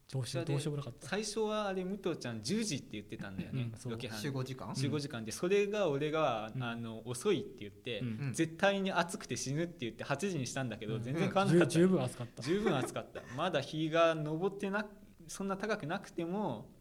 [SPEAKER 1] 上昇
[SPEAKER 3] 直射で
[SPEAKER 1] どうしようもなかった、
[SPEAKER 3] 最初はあれ武藤ちゃん10時って言ってたんだよね
[SPEAKER 1] うんそう
[SPEAKER 3] ロケハン
[SPEAKER 2] 集合時間
[SPEAKER 1] ん
[SPEAKER 3] 集合時間でそれが俺が
[SPEAKER 1] うん
[SPEAKER 3] あの遅いって言って
[SPEAKER 1] うん
[SPEAKER 2] うん
[SPEAKER 3] 絶対に暑くて死ぬって言って8時にしたんだけど
[SPEAKER 1] うん
[SPEAKER 3] 全然変わんなかった
[SPEAKER 1] 十十分暑かった
[SPEAKER 3] 十分暑かったまだ日が昇ってなそんな高くなくても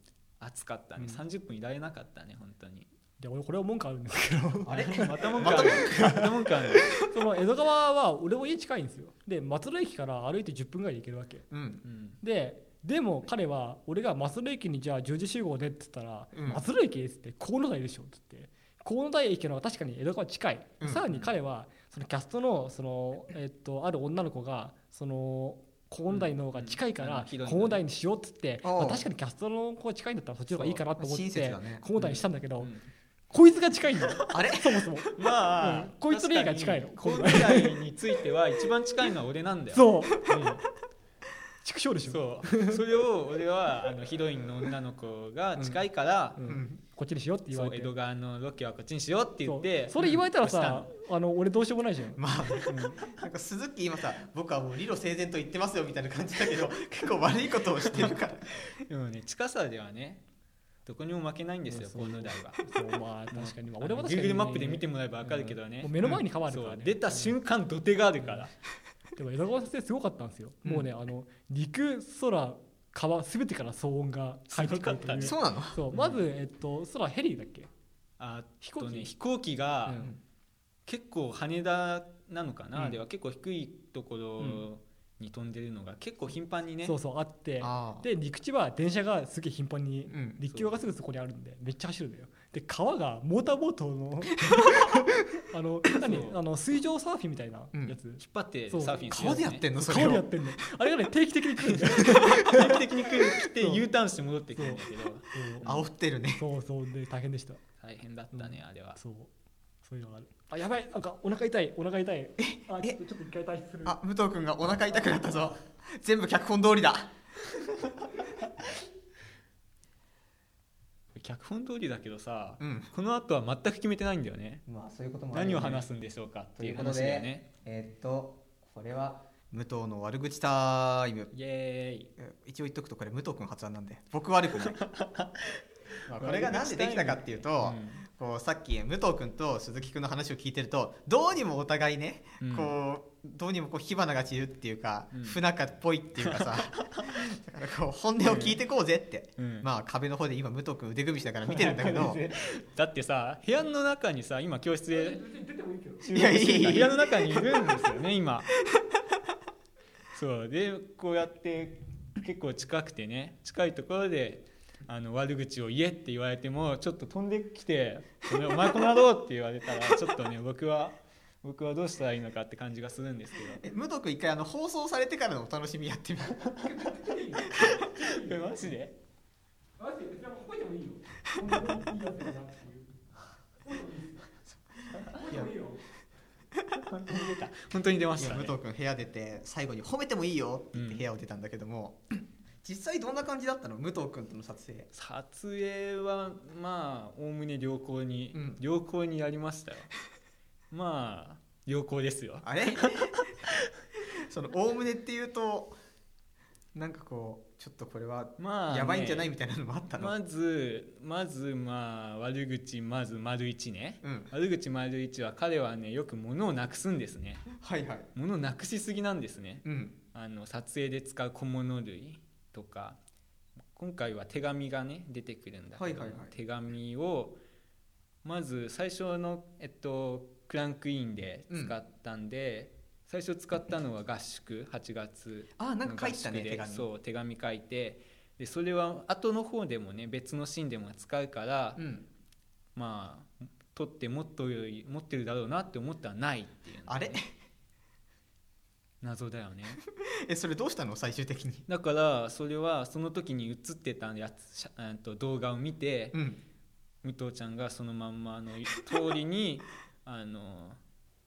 [SPEAKER 3] 暑かったね
[SPEAKER 1] うん
[SPEAKER 3] 30分いられなかったね本当に
[SPEAKER 1] で俺これは文句あるんですけど
[SPEAKER 2] あれ
[SPEAKER 3] また文句あるまた文句ある
[SPEAKER 1] その江戸川は俺も家近いんですよで松戸駅から歩いて10分ぐらいで行けるわけ
[SPEAKER 2] うん
[SPEAKER 3] うん
[SPEAKER 1] ででも彼は俺が松戸駅にじゃあ10時集合でって言ったら「
[SPEAKER 2] うん
[SPEAKER 1] 松戸駅です」って「河野台でしょ」って言って河野台駅の方が確かに江戸川近い、
[SPEAKER 2] うん
[SPEAKER 1] さらに彼はそのキャストのその、えっと、ある女の子がその河野台の方が近いか
[SPEAKER 3] うんうんあ
[SPEAKER 1] ら
[SPEAKER 3] のひどいのね
[SPEAKER 1] 河野台にしようって言って、
[SPEAKER 2] ああ
[SPEAKER 1] まあ確かにキャストの子が近いんだったらそっちの方がいいかなと思って
[SPEAKER 2] 親切だね
[SPEAKER 1] 河野台にしたんだけど、
[SPEAKER 3] うん
[SPEAKER 1] こいつが近いんだよ
[SPEAKER 2] あれ
[SPEAKER 1] そもそも
[SPEAKER 3] まあ、
[SPEAKER 1] うんこいつの家が近いの
[SPEAKER 3] 確かにこの家については一番近いのは俺なんだよ
[SPEAKER 1] そう
[SPEAKER 3] うん
[SPEAKER 1] 畜生でしょ
[SPEAKER 3] そうそれを俺はあのヒロインの女の子が近いから、
[SPEAKER 1] う
[SPEAKER 2] うんん
[SPEAKER 1] こっちにしようって言
[SPEAKER 3] そ
[SPEAKER 1] わ
[SPEAKER 3] う
[SPEAKER 1] れ
[SPEAKER 3] 江
[SPEAKER 1] て
[SPEAKER 3] 戸川のロケはこっちにしようって言
[SPEAKER 1] そ
[SPEAKER 3] っ
[SPEAKER 1] う
[SPEAKER 3] て
[SPEAKER 1] それ言われたらさ
[SPEAKER 3] う、
[SPEAKER 1] あの俺どうしようもないじゃん
[SPEAKER 2] まあ、なんか鈴木今さ僕はもう理路整然と言ってますよみたいな感じだ
[SPEAKER 1] *laughs*
[SPEAKER 2] けど結構悪いことをしてるから
[SPEAKER 3] んでもね近さではねどこにも負けないんですよ
[SPEAKER 1] そう
[SPEAKER 3] この台は
[SPEAKER 1] そうまあ確かに、まあ、俺も確かに、
[SPEAKER 3] Google マップで見てもらえば分かるけどね
[SPEAKER 1] もう、目の前に川ある
[SPEAKER 3] そ
[SPEAKER 1] から、
[SPEAKER 3] う
[SPEAKER 1] ね
[SPEAKER 3] 出た瞬間土手があるから、
[SPEAKER 1] でも江戸川先生すごかったんですよ、
[SPEAKER 2] うん
[SPEAKER 1] もうねあの陸空川すべてから騒音が入ってくるという
[SPEAKER 3] す
[SPEAKER 1] そ
[SPEAKER 2] そうなの
[SPEAKER 1] うまず、えっと、空ヘリだっけ、
[SPEAKER 3] あ飛
[SPEAKER 1] 行機
[SPEAKER 3] 行機飛行機が
[SPEAKER 1] うん
[SPEAKER 3] 結構羽田なのかな、
[SPEAKER 1] うん
[SPEAKER 3] では結構低いところに飛んでるのが結構頻繁にね
[SPEAKER 1] そうそうあって
[SPEAKER 2] ああ
[SPEAKER 1] で陸地は電車がすげえ頻繁に
[SPEAKER 2] うん
[SPEAKER 1] 陸橋がすぐそこにあるんでめっちゃ走るんだよで川がモーターボートのあの何
[SPEAKER 3] そう
[SPEAKER 1] あの水上サーフィンみたいなやつ、
[SPEAKER 3] 引っ張ってサ
[SPEAKER 1] そう
[SPEAKER 3] ーフィンする
[SPEAKER 2] 顔でやってんのそれ
[SPEAKER 1] 川
[SPEAKER 2] を
[SPEAKER 1] でやってんのあれがね定期的に来るんだよ
[SPEAKER 3] 定期的に来て
[SPEAKER 1] そう
[SPEAKER 3] U ターンして戻ってくるんだけど
[SPEAKER 2] 煽ってるね
[SPEAKER 1] そうそうで大変でした
[SPEAKER 3] 大変だったねあれは
[SPEAKER 1] そうそういうのがあるあやばいなんかお腹痛いお腹痛いあちょっとちょっと一回退出する
[SPEAKER 2] あ武藤君がお腹痛くなったぞ全部脚本通りだ
[SPEAKER 3] 脚本通りだけどさ、
[SPEAKER 2] うん
[SPEAKER 3] この後は全く決めてないんだよね
[SPEAKER 2] まあそういうこともある
[SPEAKER 3] 何
[SPEAKER 2] よ
[SPEAKER 3] を
[SPEAKER 2] ね
[SPEAKER 3] 話すんでしょうかって
[SPEAKER 2] とい
[SPEAKER 3] いうう
[SPEAKER 2] こと
[SPEAKER 3] 話
[SPEAKER 2] で、
[SPEAKER 3] だよね
[SPEAKER 2] えーっとこれは武藤の悪口タイム
[SPEAKER 3] イエーイ
[SPEAKER 2] え一応言っとくとこれ武藤君発案なんで僕悪 *laughs* くないまあこれがなんでできたかっていうと、こうさっき武藤君と鈴木君の話を聞いてるとどうにもお互いね、
[SPEAKER 3] うん
[SPEAKER 2] こうどうにもこう火花が散るっていうか、
[SPEAKER 3] うん
[SPEAKER 2] 不仲っぽいっていう
[SPEAKER 3] *laughs*
[SPEAKER 2] かさだからこう本音を聞いてこうぜって、
[SPEAKER 3] うん
[SPEAKER 2] まあ壁の方で今武藤君腕組みしながら見てるんだけ
[SPEAKER 3] *laughs*
[SPEAKER 2] ど
[SPEAKER 3] だってさ部屋の中にさ今教室で
[SPEAKER 1] 別に出てもいいけど
[SPEAKER 3] 収録してるか
[SPEAKER 2] いやい
[SPEAKER 3] ら
[SPEAKER 2] い
[SPEAKER 3] 部屋の中にいるんですよね今そうでこうやって結構近くてね近いところであの悪口を言えって言われてもちょっと飛んできて「お前お前この野郎」って言われたらちょっとね僕は僕はどうしたらいいのかって感じがするんですけど
[SPEAKER 2] え武藤君一回あの放送されてからのお楽しみやってみる
[SPEAKER 3] えマジで
[SPEAKER 1] マジで別に褒めてもいいよこんなこといいやつだなっていう褒めてもいいですよ褒めてもいいよ
[SPEAKER 3] 本当に出た本当に出まし
[SPEAKER 2] い
[SPEAKER 3] た、
[SPEAKER 2] や
[SPEAKER 3] ね
[SPEAKER 2] 武、藤君部屋出て最後に「褒めてもいいよ」って言って部屋を出たんだけども、 *laughs* 実際どんな感じだったの武藤君との撮影
[SPEAKER 3] 撮影はまあおおむね良好に、
[SPEAKER 2] うん
[SPEAKER 3] 良好にやりま
[SPEAKER 2] *laughs*
[SPEAKER 3] したよまあ良好ですよ
[SPEAKER 2] あれ
[SPEAKER 3] *laughs*
[SPEAKER 2] そのおおむねっていうとなんかこうちょっとこれは
[SPEAKER 3] まあね、
[SPEAKER 2] やばいんじゃないみたいなのもあったの、
[SPEAKER 3] まずまずまあ悪口まず丸一ね、
[SPEAKER 2] うん
[SPEAKER 3] 悪口丸一は彼はねよく物をなくすんですね
[SPEAKER 2] はいはい
[SPEAKER 3] 物をなくしすぎなんですね
[SPEAKER 2] うん
[SPEAKER 3] あの撮影で使う小物類とか今回は手紙がね出てくるんだけど、
[SPEAKER 2] はいはいはい
[SPEAKER 3] 手紙をまず最初の、えっと、クランクインで使ったんで、最初使ったのは合宿8月
[SPEAKER 2] あなんか書いてたね
[SPEAKER 3] 合宿で
[SPEAKER 2] 手紙
[SPEAKER 3] そう手紙書いてでそれは後の方でもね別のシーンでも使うから、
[SPEAKER 2] うん、
[SPEAKER 3] まあ取ってもっとより持ってるだろうなって思ったらないっていうのが
[SPEAKER 2] あれ
[SPEAKER 3] 謎だよね
[SPEAKER 2] えそれどうしたの最終的に
[SPEAKER 3] だからそれはその時に映ってたやつしゃえーと動画を見て
[SPEAKER 2] うん
[SPEAKER 3] 武藤ちゃんがそのまんまあの通りに *laughs* あの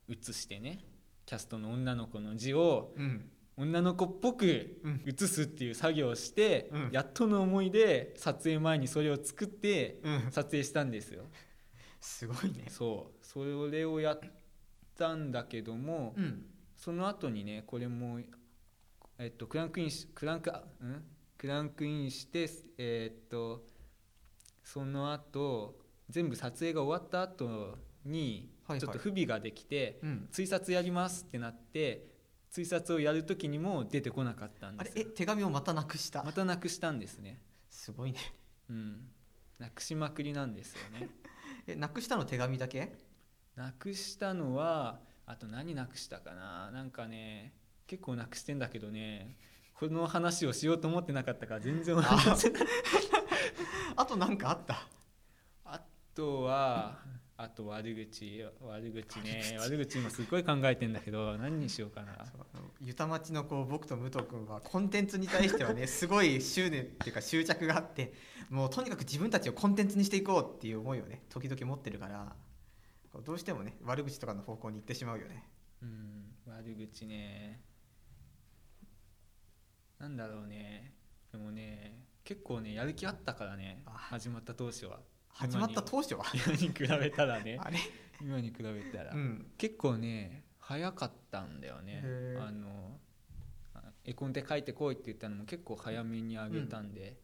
[SPEAKER 3] 映してねキャストの女の子の字を
[SPEAKER 2] うん
[SPEAKER 3] 女の子っぽく
[SPEAKER 2] うん
[SPEAKER 3] 映すっていう作業をして、
[SPEAKER 2] うん
[SPEAKER 3] やっとの思いで撮影前にそれを作って
[SPEAKER 2] うん
[SPEAKER 3] 撮影したんですよ。
[SPEAKER 2] すごいね
[SPEAKER 3] そうそれをやったんだけども、
[SPEAKER 2] うん
[SPEAKER 3] その後にねこれも、えっと、クランクインしクランクあんクランクインしてえーっとその後全部撮影が終わった後に
[SPEAKER 2] はいはい
[SPEAKER 3] ちょっと不備ができて、
[SPEAKER 2] うん
[SPEAKER 3] 追撮やりますってなって追撮をやる時にも出てこなかったん
[SPEAKER 2] あれ
[SPEAKER 3] です
[SPEAKER 2] え
[SPEAKER 3] よ
[SPEAKER 2] 手紙をまたなくした、
[SPEAKER 3] またなくしたんですね
[SPEAKER 2] すごいね
[SPEAKER 3] うんなくしまくりなんですよね
[SPEAKER 2] えなくしたの手紙だけ
[SPEAKER 3] なくしたのはあと何なくしたかななんかね結構なくしてんだけどねこの話をしようと思ってなかったから全然思い出せない
[SPEAKER 2] *laughs* あとなんかあった
[SPEAKER 3] あとはあと悪口悪口ね悪口今すっごい考えてんだけど何にしようかな
[SPEAKER 2] そうあのゆたまちのこう僕と武藤君はコンテンツに対しては
[SPEAKER 3] *laughs*
[SPEAKER 2] ねすごい執念っていうか執着があってもうとにかく自分たちをコンテンツにしていこうっていう思いをね時々持ってるからこうどうしてもね悪口とかの方向に行ってしまうよね
[SPEAKER 3] うん悪口ねなんだろうねでもね結構ねやる気あったからね
[SPEAKER 2] あ
[SPEAKER 3] 始まった当初は *laughs*
[SPEAKER 2] 始まった当初は
[SPEAKER 3] 今に比べたらね
[SPEAKER 2] あれ
[SPEAKER 3] 今に比べたら、
[SPEAKER 2] うん
[SPEAKER 3] 結構ね早かったんだよね
[SPEAKER 2] へー
[SPEAKER 3] あのあ絵コンテ書いてこいって言ったのも結構早めにあげたんで、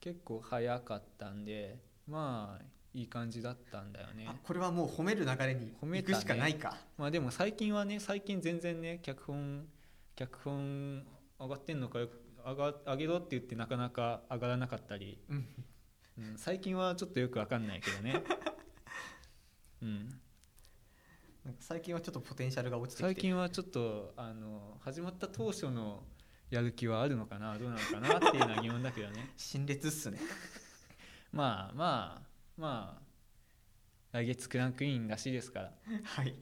[SPEAKER 3] 結構早かったんでまあいい感じだったんだよね
[SPEAKER 2] あこれはもう褒める流れに
[SPEAKER 3] 褒め
[SPEAKER 2] 行
[SPEAKER 3] たね
[SPEAKER 2] くしかないか、
[SPEAKER 3] まあでも最近はね最近全然ね脚本脚本上がってんのかよ上が上げろって言ってなかなか上がらなかったり、
[SPEAKER 2] うん
[SPEAKER 3] うん最近はちょっとよくわかんないけど
[SPEAKER 2] *laughs*
[SPEAKER 3] ねうん
[SPEAKER 2] なんか最近はちょっとポテンシャルが落ちてきて
[SPEAKER 3] 最近はちょっとあの始まった当初のやる気はあるのかなどうなのかなっていうのは疑問だけどね
[SPEAKER 2] *laughs* 辛烈っすね
[SPEAKER 3] まあまあまあ来月クランクインらしいですから
[SPEAKER 2] はい *laughs*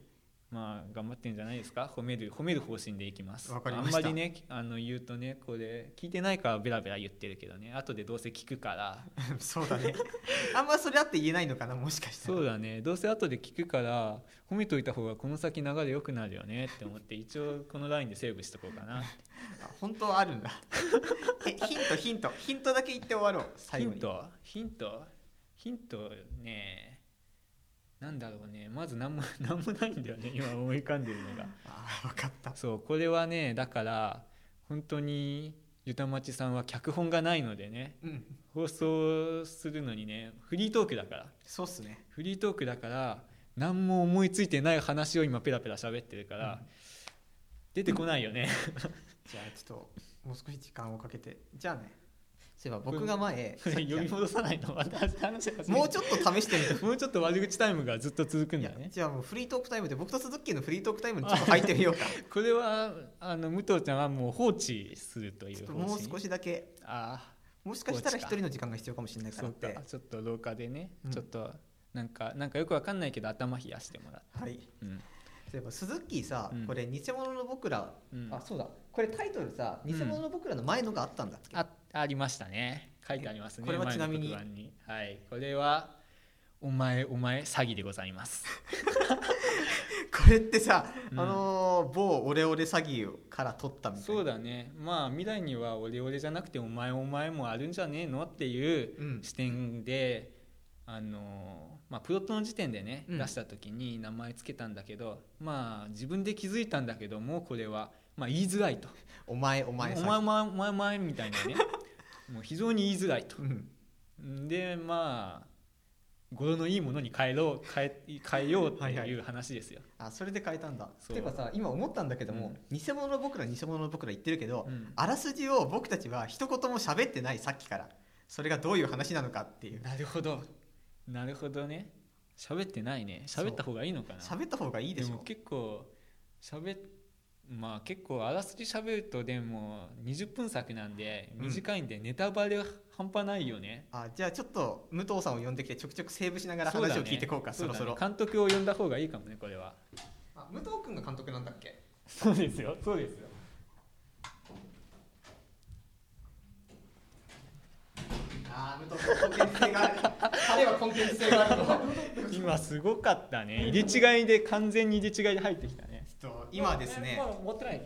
[SPEAKER 3] まあ頑張ってんじゃないですか褒める褒める方針でいきます
[SPEAKER 2] わかりました
[SPEAKER 3] あんまりねあの言うとねこれ聞いてないからベラベラ言ってるけどね後でどうせ聞くから
[SPEAKER 2] そうだねあんまそれあって言えないのかなもしかしたら
[SPEAKER 3] そうだ
[SPEAKER 2] *laughs*
[SPEAKER 3] ねどうせ後で聞くから褒めといた方がこの先流れ良くなるよねって思って一応このラインでセーブしとこうかな
[SPEAKER 2] あ本当はあるんだ *laughs* えヒントヒントヒントだけ言って終わろう最
[SPEAKER 3] ヒ
[SPEAKER 2] 後に
[SPEAKER 3] ントヒントヒントねなんだろうねまず何も *laughs* 何もないんだよね今思い浮かんでるの
[SPEAKER 2] *laughs*
[SPEAKER 3] が
[SPEAKER 2] あーわかった
[SPEAKER 3] そうこれはねだから本当にゆたまちさんは脚本がないのでね
[SPEAKER 2] うん
[SPEAKER 3] 放送するのにねフリートークだから
[SPEAKER 2] そうっすね
[SPEAKER 3] フリートークだから何も思いついてない話を今ペラペラ喋ってるから、出てこないよね、
[SPEAKER 2] じゃあちょっともう少し時間をかけてじゃあね *laughs* そういえば僕が前さっき
[SPEAKER 3] 呼び戻さないとまた
[SPEAKER 2] *laughs*
[SPEAKER 3] 話が
[SPEAKER 2] もう
[SPEAKER 3] ょ
[SPEAKER 2] ちょっと試してみて
[SPEAKER 3] っともうちょっと悪口タイムがずっと続くん
[SPEAKER 2] い
[SPEAKER 3] だ
[SPEAKER 2] や
[SPEAKER 3] ね
[SPEAKER 2] じゃあもうフリートークタイムで僕と鈴木のフリートークタイムにちょっと入ってみ
[SPEAKER 3] *laughs*
[SPEAKER 2] ようか
[SPEAKER 3] これはあの武藤ちゃんはもう放置するとい
[SPEAKER 2] ちょっと
[SPEAKER 3] う方
[SPEAKER 2] もう
[SPEAKER 3] 針
[SPEAKER 2] 少しだけ
[SPEAKER 3] あ
[SPEAKER 2] もしかしたら一
[SPEAKER 3] こっちか
[SPEAKER 2] 人の時間が必要かもしれな
[SPEAKER 3] あ
[SPEAKER 2] いか
[SPEAKER 3] そ
[SPEAKER 2] らっ
[SPEAKER 3] う
[SPEAKER 2] て
[SPEAKER 3] かちょっと廊下でね、
[SPEAKER 2] うん
[SPEAKER 3] ちょっとなんかなんかよくわかんないけど頭冷やしてもらって、
[SPEAKER 2] はい
[SPEAKER 3] うん
[SPEAKER 2] そういえば鈴木さ、
[SPEAKER 3] うん
[SPEAKER 2] これ偽物の僕ら、
[SPEAKER 3] うん
[SPEAKER 2] あそうだこれタイトルさ偽物の僕らの前のがあったんだっけ、
[SPEAKER 3] あありましたね書いてありますね
[SPEAKER 2] これは
[SPEAKER 3] 前の
[SPEAKER 2] ちなみに
[SPEAKER 3] 黒板はいこれはお前お前詐欺でございます
[SPEAKER 2] これってさ、
[SPEAKER 3] うん
[SPEAKER 2] あのー某オレオレ詐欺から取ったみたいな
[SPEAKER 3] そうだねまあ未来にはオレオレじゃなくてお前お前もあるんじゃねえのっていう
[SPEAKER 2] うん
[SPEAKER 3] 視点で、あのまあ、プロットの時点でね、
[SPEAKER 2] うん
[SPEAKER 3] 出した時に名前つけたんだけどまあ自分で気づいたんだけどもうこれは、まあ、言いづらいと
[SPEAKER 2] お前お
[SPEAKER 3] お前
[SPEAKER 2] 前
[SPEAKER 3] お
[SPEAKER 2] 詐欺
[SPEAKER 3] 前お前お前お前みたいな *laughs* ねもう非常に言いづらいと
[SPEAKER 2] うん
[SPEAKER 3] でまあ語呂のいいものに変えろ変え変えようって
[SPEAKER 2] はいはい
[SPEAKER 3] いう話ですよ。
[SPEAKER 2] あそれで変えたんだ
[SPEAKER 3] そう
[SPEAKER 2] ていうかさ今思ったんだけども、偽物の僕ら偽物の僕ら言ってるけど、
[SPEAKER 3] うん
[SPEAKER 2] あらすじを僕たちは一言も喋ってないさっきからそれがどういう話なのかっていう
[SPEAKER 3] なるほどなるほどね喋ってないね喋った方がいいのかな
[SPEAKER 2] 喋った方がいいで
[SPEAKER 3] で
[SPEAKER 2] し
[SPEAKER 3] も
[SPEAKER 2] ょ
[SPEAKER 3] 結構喋っまあ結構あらすじ喋るとでも20分作なんで
[SPEAKER 2] うん
[SPEAKER 3] 短いんでネタバレは半端ないよね、
[SPEAKER 2] あじゃあちょっと武藤さんを呼んできてちょくちょくセーブしながら
[SPEAKER 3] そうだ
[SPEAKER 2] 話
[SPEAKER 3] ね
[SPEAKER 2] を聞いていこうかそ,、
[SPEAKER 3] うだね
[SPEAKER 2] ろそろ
[SPEAKER 3] 監督を呼んだ方がいいかもねこれは
[SPEAKER 2] あ武藤君が監督なんだっけ
[SPEAKER 3] そうですよそうですよ
[SPEAKER 2] ああ武藤君コンテンツ性
[SPEAKER 3] *laughs*
[SPEAKER 2] がある彼はコンテンツ性があ *laughs* るの
[SPEAKER 3] 今すごかったね *laughs* 入れ違いで完全に入れ違いで入ってきたね
[SPEAKER 2] と今ですね
[SPEAKER 3] *laughs*
[SPEAKER 1] まだ持ってない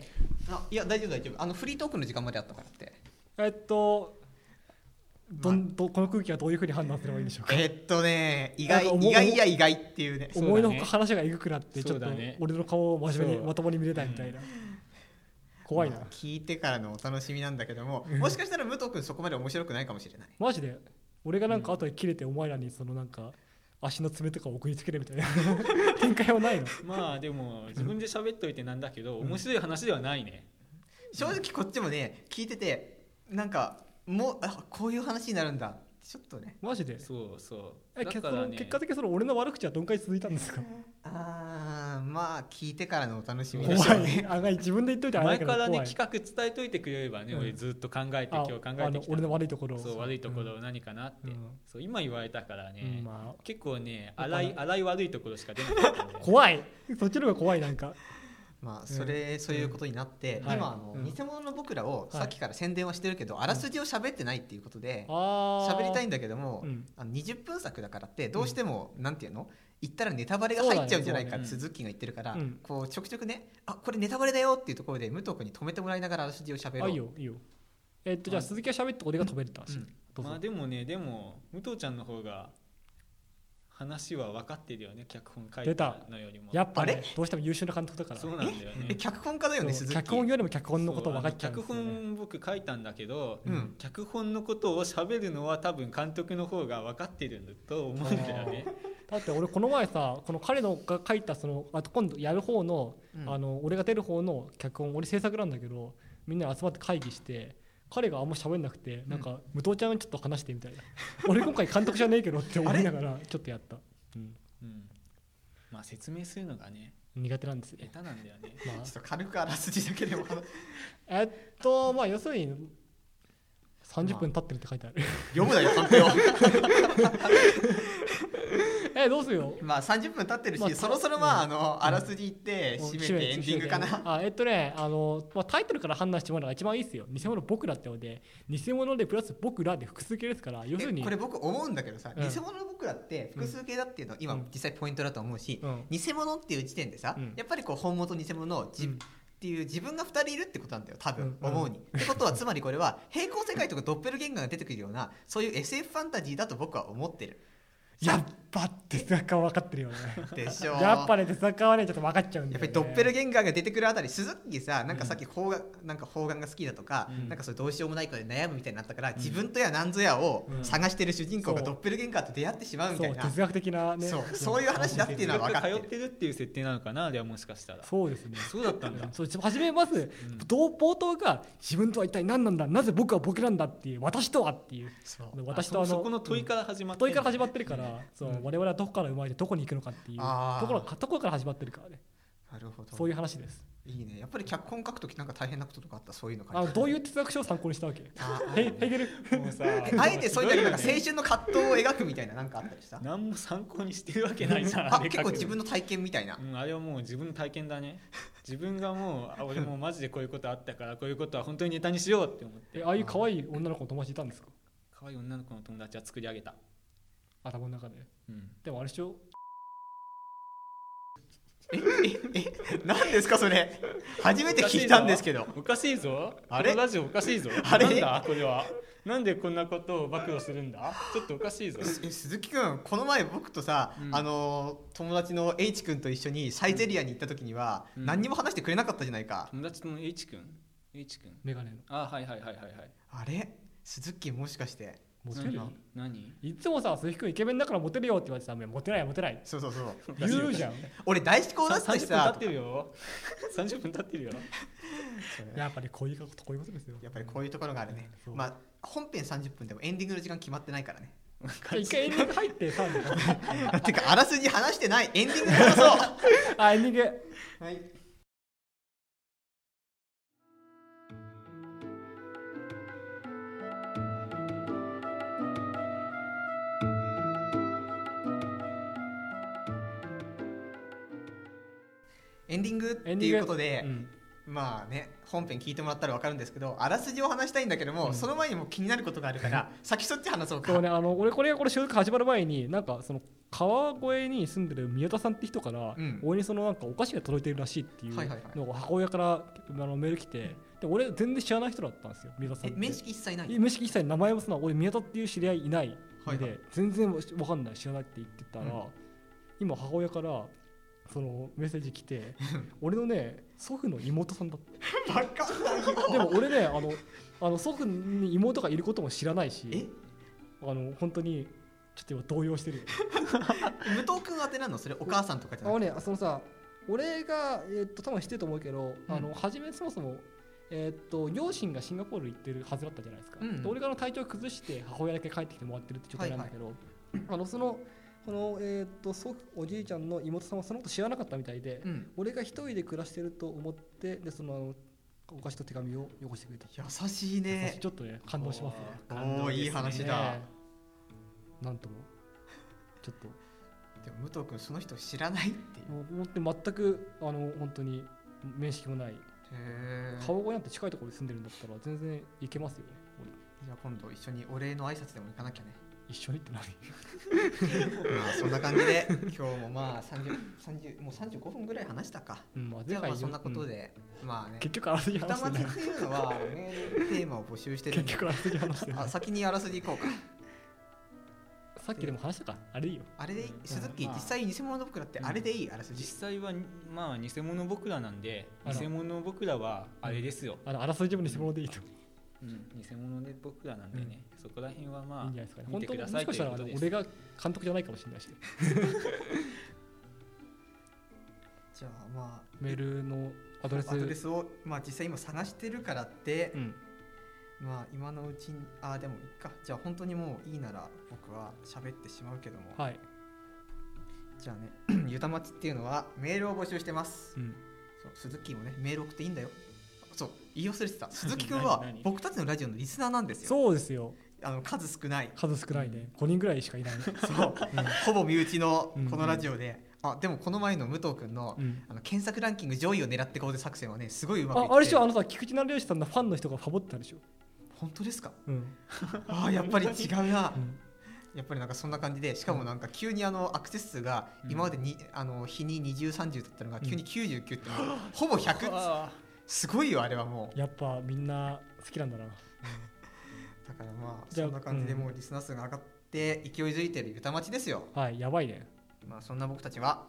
[SPEAKER 2] あいや大丈夫大丈夫あのフリートークの時間まであったからって
[SPEAKER 1] えっとどんどこの空気はどういうふうに判断すればいいんでしょうか
[SPEAKER 2] えっとね意外
[SPEAKER 1] なんか思
[SPEAKER 2] 意
[SPEAKER 1] う
[SPEAKER 2] 外や意外っていうね
[SPEAKER 3] そうだね
[SPEAKER 1] 思いのほか話がえぐくなってち
[SPEAKER 3] そ
[SPEAKER 1] ょ
[SPEAKER 3] う
[SPEAKER 1] っと
[SPEAKER 3] だね
[SPEAKER 1] 俺の顔を真面目に
[SPEAKER 3] そう
[SPEAKER 1] まともに見れないみたいな怖いな
[SPEAKER 2] まあ聞いてからのお楽しみなんだけどももしかしたら武藤君そこまで面白くないかもしれない
[SPEAKER 1] マジで俺がなんか後で切れてお前らにそのなんか足の爪とかを送りつけるみたいな *laughs* 展開はないの
[SPEAKER 3] まあでも自分で喋っといてなんだけど面白い話ではないね、
[SPEAKER 2] 正直こっちもね聞いててなんかもうあこういう話になるんだちょっとね
[SPEAKER 1] マジで
[SPEAKER 3] そうそう
[SPEAKER 1] え
[SPEAKER 3] だ
[SPEAKER 1] け
[SPEAKER 3] か
[SPEAKER 1] そ
[SPEAKER 3] ら
[SPEAKER 1] の
[SPEAKER 3] ね
[SPEAKER 1] 結果的にその俺の悪口はどんくらい続いたんですか
[SPEAKER 2] あーまあ聞いてからのお楽しみ
[SPEAKER 1] 怖
[SPEAKER 2] でしょう
[SPEAKER 1] い
[SPEAKER 2] ね
[SPEAKER 1] あがい自分で言っといてあれだ
[SPEAKER 3] 前
[SPEAKER 1] けど
[SPEAKER 3] からね
[SPEAKER 1] 怖い
[SPEAKER 3] 企画伝えといてくれればね、
[SPEAKER 1] うん
[SPEAKER 3] 俺ずっと考えて今
[SPEAKER 1] あ
[SPEAKER 3] 日考
[SPEAKER 1] あ
[SPEAKER 3] えて
[SPEAKER 1] の
[SPEAKER 3] きた
[SPEAKER 1] 俺の悪いところを
[SPEAKER 3] そう悪いところ何かなって、
[SPEAKER 1] うん
[SPEAKER 3] そう今言われたから
[SPEAKER 1] う
[SPEAKER 3] ね、
[SPEAKER 1] んまあ
[SPEAKER 3] 結構ね
[SPEAKER 1] ぱ
[SPEAKER 3] 荒い荒い悪いところしか出なかったんで
[SPEAKER 1] *laughs* 怖いそっちの方が怖いなんか
[SPEAKER 2] *laughs* まあそれ、そういうことになって、
[SPEAKER 1] はい
[SPEAKER 2] 今あの、
[SPEAKER 1] うん
[SPEAKER 2] 偽物の僕らを
[SPEAKER 1] はい
[SPEAKER 2] さっきから宣伝はしてるけど、あらすじを喋ってないっていうことで
[SPEAKER 1] ああ
[SPEAKER 2] 喋りたい
[SPEAKER 1] ん
[SPEAKER 2] んだけども、
[SPEAKER 1] うん
[SPEAKER 2] あの20分作だからってどうしても、なんていうの言ったらネタバレが入っちゃうんじゃないかって
[SPEAKER 3] そうだねそうだね
[SPEAKER 2] 鈴木が言ってるから、
[SPEAKER 1] うん
[SPEAKER 2] こうちょくちょくねあこれネタバレだよっていうところで武藤君に止めてもらいながらあらすじを喋ろ
[SPEAKER 1] あ
[SPEAKER 2] う
[SPEAKER 1] いいよいいよえっとじゃあ鈴木は喋って俺が止めるって話
[SPEAKER 2] うん
[SPEAKER 1] どう
[SPEAKER 3] まあ
[SPEAKER 1] ぞ
[SPEAKER 3] でもねでも武藤ちゃんの方が話は分かってるよね脚本書い
[SPEAKER 1] 出
[SPEAKER 3] た
[SPEAKER 1] た
[SPEAKER 3] のよりも
[SPEAKER 1] やっぱ
[SPEAKER 2] あれ
[SPEAKER 1] ねどうしても優秀な監督だから
[SPEAKER 3] そうなんだ
[SPEAKER 1] *laughs*
[SPEAKER 3] よね
[SPEAKER 2] え脚本家だよね
[SPEAKER 1] そう
[SPEAKER 2] 鈴木
[SPEAKER 1] 脚本よりも脚本のこと
[SPEAKER 3] そう
[SPEAKER 1] 分かっちゃ
[SPEAKER 3] あ
[SPEAKER 1] うん
[SPEAKER 3] の脚
[SPEAKER 1] ですよね
[SPEAKER 3] 本僕書いたんだけど、
[SPEAKER 2] うん
[SPEAKER 3] 脚本のことを喋るのは多分監督の方が分かってるんだと思うんだよね。
[SPEAKER 1] だって俺この前さこの彼のが書いたそのあと今度やる方の,、
[SPEAKER 2] うん
[SPEAKER 1] あの俺が出る方の脚本俺制作なんだけどみんなで集まって会議して彼があんま喋んなくてなんか武藤ちゃんちょっと話してみたいな俺今回監督じゃねえけどって思いながらちょっとやった、うん
[SPEAKER 3] うんまあ説明するのがね
[SPEAKER 1] 苦手なんです
[SPEAKER 3] 下
[SPEAKER 1] ね、
[SPEAKER 3] 手なんだよ
[SPEAKER 1] *laughs*
[SPEAKER 3] ね。
[SPEAKER 1] まあ
[SPEAKER 2] ちょっと軽くあらすじだけでも話
[SPEAKER 1] えっとまあ要するに30分経ってるって書いてある *laughs*
[SPEAKER 2] 読むなよ判定を
[SPEAKER 1] えどうするよ
[SPEAKER 2] まあ30分経ってるし、
[SPEAKER 1] まあ
[SPEAKER 2] そろそろまあ、
[SPEAKER 1] うん
[SPEAKER 2] あのあらすじ言って
[SPEAKER 1] もう
[SPEAKER 2] 締めてエンディングか
[SPEAKER 1] 締めて
[SPEAKER 2] な
[SPEAKER 1] あえっとねあの、まあ、タイトルから判断してもらうのが一番いいですよ偽物僕らってので偽物でプラス僕らで複数形ですから要する
[SPEAKER 2] え
[SPEAKER 1] に
[SPEAKER 2] これ僕思うんだけどさ、
[SPEAKER 1] うん
[SPEAKER 2] 偽物の僕らって複数形だっていうのは
[SPEAKER 1] う
[SPEAKER 2] 今
[SPEAKER 1] ん
[SPEAKER 2] 実際ポイントだと思うし、
[SPEAKER 1] うん
[SPEAKER 2] 偽物っていう時点でさ、
[SPEAKER 1] うん
[SPEAKER 2] やっぱりこう本物と偽物をじ、
[SPEAKER 1] うん
[SPEAKER 2] っていう自分が2人いるってことなんだよ多分、
[SPEAKER 1] うん
[SPEAKER 2] 思うに。ってことはつまりこれは平行世界とかドッペルゲンガーが出てくるようなそういう SF ファンタジーだと僕は思ってる
[SPEAKER 1] やっぱって哲学家は分かってるよね
[SPEAKER 2] でしょう
[SPEAKER 1] やっぱね哲学家はねちょっと分かっちゃうんだ
[SPEAKER 2] や
[SPEAKER 1] よ、ね、
[SPEAKER 2] っぱりドッペルゲンガーが出てくるあたり鈴木さなんかさっき方眼、なんか方眼が好きだとか、
[SPEAKER 3] うん
[SPEAKER 2] なんかそれどうしようもないことで悩むみたいになったから、自分とやなんぞやを
[SPEAKER 1] うん
[SPEAKER 2] 探してる主人公が
[SPEAKER 1] そう
[SPEAKER 2] ドッペルゲンガーと出会ってしまうみた
[SPEAKER 1] そ
[SPEAKER 2] いうな、
[SPEAKER 1] 哲学的なね
[SPEAKER 2] そうそういう話だっていうのは分か
[SPEAKER 3] *laughs*
[SPEAKER 2] ってる
[SPEAKER 3] 通ってるっていう設定なのかなではもしかしたら
[SPEAKER 1] そうですね
[SPEAKER 3] そうだったんだ
[SPEAKER 1] うんそうちょ初めまず、どう冒頭が自分とは一体何なんだなぜ僕は僕なんだっていう私とはっていう
[SPEAKER 2] そう
[SPEAKER 1] 私とあ
[SPEAKER 3] あ
[SPEAKER 1] の
[SPEAKER 3] そそこの問いから始まって
[SPEAKER 1] 問いから始まってるから、そう
[SPEAKER 3] うん
[SPEAKER 1] 我々はどこから生まれてどこに行くのかっていう
[SPEAKER 2] あー
[SPEAKER 1] ところところから始まってるからね
[SPEAKER 2] なるほど
[SPEAKER 1] そういう話です
[SPEAKER 2] いいねやっぱり脚本書くときなんか大変なこととかあったそういうのか
[SPEAKER 1] あ
[SPEAKER 2] な
[SPEAKER 1] のどういう哲学書を参考にしたわけ
[SPEAKER 2] あ
[SPEAKER 1] ヘイヘーゲル
[SPEAKER 3] もう *laughs* さ
[SPEAKER 2] あえてそういう時なんか青春の葛藤を描くみたいななんかあったりした
[SPEAKER 3] 何も参考にしてるわけないじゃん
[SPEAKER 2] あ
[SPEAKER 3] あれ
[SPEAKER 2] 結構
[SPEAKER 3] 書く
[SPEAKER 2] 自分の体験みたい
[SPEAKER 3] *laughs*
[SPEAKER 2] な、
[SPEAKER 3] うん、あれはもう自分の体験だね自分がもうあ俺もマジでこういうことあったからこういうことは本当にネタにしようって思って
[SPEAKER 1] えああいう可愛い女の子の友達いたんですか
[SPEAKER 3] 可愛い女の子の友達は作り上げた、
[SPEAKER 1] 頭の中で
[SPEAKER 3] うん、
[SPEAKER 1] でもあれでしょ
[SPEAKER 2] えええ何ですかそれ初めて聞いたんですけど
[SPEAKER 3] おかしいぞ
[SPEAKER 2] あれ
[SPEAKER 3] このラジオおかしいぞ
[SPEAKER 2] あれ
[SPEAKER 3] なんだこれはなんでこんなことを暴露するんだちょっとおかしいぞ
[SPEAKER 2] え鈴木君この前僕とさ、
[SPEAKER 3] うん
[SPEAKER 2] あの友達の H 君と一緒にサイゼリアに行った時には、
[SPEAKER 3] うん
[SPEAKER 2] 何にも話してくれなかったじゃないか、
[SPEAKER 3] 友達の H 君 H 君
[SPEAKER 1] メガネの
[SPEAKER 3] あはいはいはいはいはい
[SPEAKER 2] あれ鈴木もしかして
[SPEAKER 1] モテる
[SPEAKER 2] なんだ
[SPEAKER 3] 何
[SPEAKER 1] いつもさ鈴木君イケメンだからモテるよって言われてさいやモテないモテない
[SPEAKER 2] そうそうそう
[SPEAKER 1] 言うじゃん
[SPEAKER 2] 俺大志向だった
[SPEAKER 3] 三
[SPEAKER 2] し
[SPEAKER 3] 十分経
[SPEAKER 2] さ
[SPEAKER 3] ってるよ三十分経ってるよ
[SPEAKER 2] そう
[SPEAKER 1] やっぱりこういうことこういうことですよ
[SPEAKER 2] やっぱりこういうところがあるね、
[SPEAKER 1] そう
[SPEAKER 2] まあ本編30分でもエンディングの時間決まってないからね
[SPEAKER 1] じゃあ一回エンディング入ってさみたいな
[SPEAKER 2] *laughs* てかあらすじ話してないエンディングで話そう
[SPEAKER 1] あエンディング
[SPEAKER 2] はいエンディングって
[SPEAKER 1] エンディング
[SPEAKER 2] いうことで、
[SPEAKER 1] うん
[SPEAKER 2] まあね本編聞いてもらったら分かるんですけどあらすじを話したいんだけど
[SPEAKER 1] う
[SPEAKER 2] も、
[SPEAKER 1] ん
[SPEAKER 2] その前にもう気になることがあるから
[SPEAKER 1] *laughs*
[SPEAKER 2] 先そっち話そうか
[SPEAKER 1] そうね、あの俺これこれ収録始まる前になんかその川越に住んでる宮田さんって人から、
[SPEAKER 2] うん
[SPEAKER 1] 俺にそのなんかお菓子が届いてるらしいっていう
[SPEAKER 2] はいはいはい
[SPEAKER 1] のが母親からあのメール来てで俺全然知らない人だったんですよ宮田さん
[SPEAKER 2] え
[SPEAKER 1] って
[SPEAKER 2] 面識一切ない
[SPEAKER 1] え面識一切名前もその俺宮田っていう知り合いいないで、
[SPEAKER 2] はいはい
[SPEAKER 1] 全然わかんない知らないって言ってたら、
[SPEAKER 2] うん
[SPEAKER 1] 今母親からそのメッセージ来て俺のね祖父の妹さんだ
[SPEAKER 2] *laughs*
[SPEAKER 1] って
[SPEAKER 2] バカだよ
[SPEAKER 1] でも俺ねあのあの祖父に妹がいることも知らないし
[SPEAKER 2] え
[SPEAKER 1] あの本当にちょっと今動揺してるよ
[SPEAKER 2] 武藤君宛てなのそれお母さんとかじゃ
[SPEAKER 1] *laughs* あ
[SPEAKER 2] な
[SPEAKER 1] の
[SPEAKER 2] くて
[SPEAKER 1] ねそのさ俺がえーっと多分知ってると思うけど、
[SPEAKER 2] うん
[SPEAKER 1] あの初めそもそもえーっと両親がシンガポール行ってるはずだったじゃないですか、
[SPEAKER 2] うんうん
[SPEAKER 1] で俺があの体調崩して母親だけ帰ってきてもらってるって状態なんだけど、あのそのこのえーっと祖父おじいちゃんの妹さんはそのこと知らなかったみたいで、
[SPEAKER 2] うん
[SPEAKER 1] 俺が一人で暮らしてると思ってでそのあのお菓子と手紙をよこしてくれた、
[SPEAKER 2] 優しいね
[SPEAKER 1] ちょっとね感動しますね
[SPEAKER 3] おー感動ですね
[SPEAKER 2] おーいい話だ
[SPEAKER 1] ねえなんともちょっと
[SPEAKER 2] でも武藤君その人知らないっていう
[SPEAKER 1] もうもって全くあの本当に面識もない
[SPEAKER 2] へー
[SPEAKER 1] 川越なんて近いところに住んでるんだったら全然行けますよね俺
[SPEAKER 2] じゃあ今度一緒にお礼の挨拶でも行かな
[SPEAKER 1] *laughs*
[SPEAKER 2] きゃね
[SPEAKER 1] 一緒にって何
[SPEAKER 2] まあそんな感じで今日もまあ 30, 30もう35分ぐらい話したか
[SPEAKER 1] うんまあ
[SPEAKER 2] じゃあまあ
[SPEAKER 1] 前回
[SPEAKER 2] そんなこと
[SPEAKER 1] うん
[SPEAKER 2] で、まあね
[SPEAKER 1] 結局あらすじ
[SPEAKER 2] 二
[SPEAKER 1] 話して
[SPEAKER 2] ま
[SPEAKER 1] な
[SPEAKER 2] ず
[SPEAKER 1] い
[SPEAKER 2] っていうのは
[SPEAKER 1] *laughs*
[SPEAKER 2] メールテーマを募集して
[SPEAKER 1] 結
[SPEAKER 2] るんで
[SPEAKER 1] 局あらすじ話してな
[SPEAKER 2] あ
[SPEAKER 1] い
[SPEAKER 2] 先にあらすじ行こうか
[SPEAKER 1] *laughs* さっきでも話したかあれいいよ
[SPEAKER 2] あれでいい
[SPEAKER 1] うん
[SPEAKER 2] 鈴木
[SPEAKER 3] まあ
[SPEAKER 2] 実際偽物の僕らってあれでいいあらすじ
[SPEAKER 3] 実際はまあ偽物僕らなんで
[SPEAKER 1] あら
[SPEAKER 3] 偽物僕らはあれですよ、
[SPEAKER 1] あのあらすじも偽物でいいと、
[SPEAKER 3] うん、偽物で僕らなんでね、そこら辺はまあ
[SPEAKER 1] いいんじゃないですかね
[SPEAKER 3] 見
[SPEAKER 1] 本
[SPEAKER 3] て
[SPEAKER 1] 当
[SPEAKER 3] く
[SPEAKER 1] に
[SPEAKER 3] だ
[SPEAKER 1] も
[SPEAKER 3] さい
[SPEAKER 1] し
[SPEAKER 3] と
[SPEAKER 1] か
[SPEAKER 3] い
[SPEAKER 1] し
[SPEAKER 3] う
[SPEAKER 1] たら
[SPEAKER 3] こ
[SPEAKER 1] あ
[SPEAKER 3] と
[SPEAKER 1] の
[SPEAKER 3] です
[SPEAKER 1] 俺が監督じゃないかもしれないし
[SPEAKER 2] じゃあまあ
[SPEAKER 1] メールのアドレス
[SPEAKER 2] アドレスをまあ実際今探してるからって
[SPEAKER 1] うん
[SPEAKER 2] まあ今のうちにあでもいっかじゃあ本当にもういいなら僕は喋ってしまうけども
[SPEAKER 1] はい、
[SPEAKER 2] じゃあね *clears throat* ゆたまちっていうのはメールを募集してます
[SPEAKER 1] うん、
[SPEAKER 2] そう鈴木もねメール送っ
[SPEAKER 1] *laughs*
[SPEAKER 2] ていいんだよそう言い忘れてた鈴木くんは
[SPEAKER 3] 何何
[SPEAKER 2] 僕たちのラジオのリスナーなんですよ
[SPEAKER 1] そうですよ
[SPEAKER 2] あの数少ない
[SPEAKER 1] 数少ないね5人ぐらいしかいない、
[SPEAKER 2] そうほぼ身内の
[SPEAKER 1] うん
[SPEAKER 2] このラジオで、あでもこの前の武藤君の
[SPEAKER 1] うん
[SPEAKER 2] あの検索ランキング上位を狙ってこうで作戦はねすごいうまくいっ
[SPEAKER 1] あ
[SPEAKER 2] て
[SPEAKER 1] あれでしょあのさ菊池成吉さんのファンの人がファボってたでしょ、
[SPEAKER 2] 本当ですか
[SPEAKER 1] うん
[SPEAKER 2] あーやっぱり違うな
[SPEAKER 1] うん
[SPEAKER 2] やっぱりなんかそんな感じでしかもなんか急にあのアクセス数が
[SPEAKER 1] うん
[SPEAKER 2] 今までに、あの日に2030だったのが
[SPEAKER 1] うん
[SPEAKER 2] 急に99って、ほぼ100
[SPEAKER 3] あ
[SPEAKER 2] すごいよあれはもう
[SPEAKER 1] やっぱみんな好きなんだな
[SPEAKER 2] だからまあ
[SPEAKER 1] じゃ
[SPEAKER 2] そ
[SPEAKER 1] あ
[SPEAKER 2] んな感じで
[SPEAKER 1] うん
[SPEAKER 2] もうリスナー数が上がって勢いづいてる歌町ですよ
[SPEAKER 1] はいやばいね
[SPEAKER 2] まあそんな僕たちは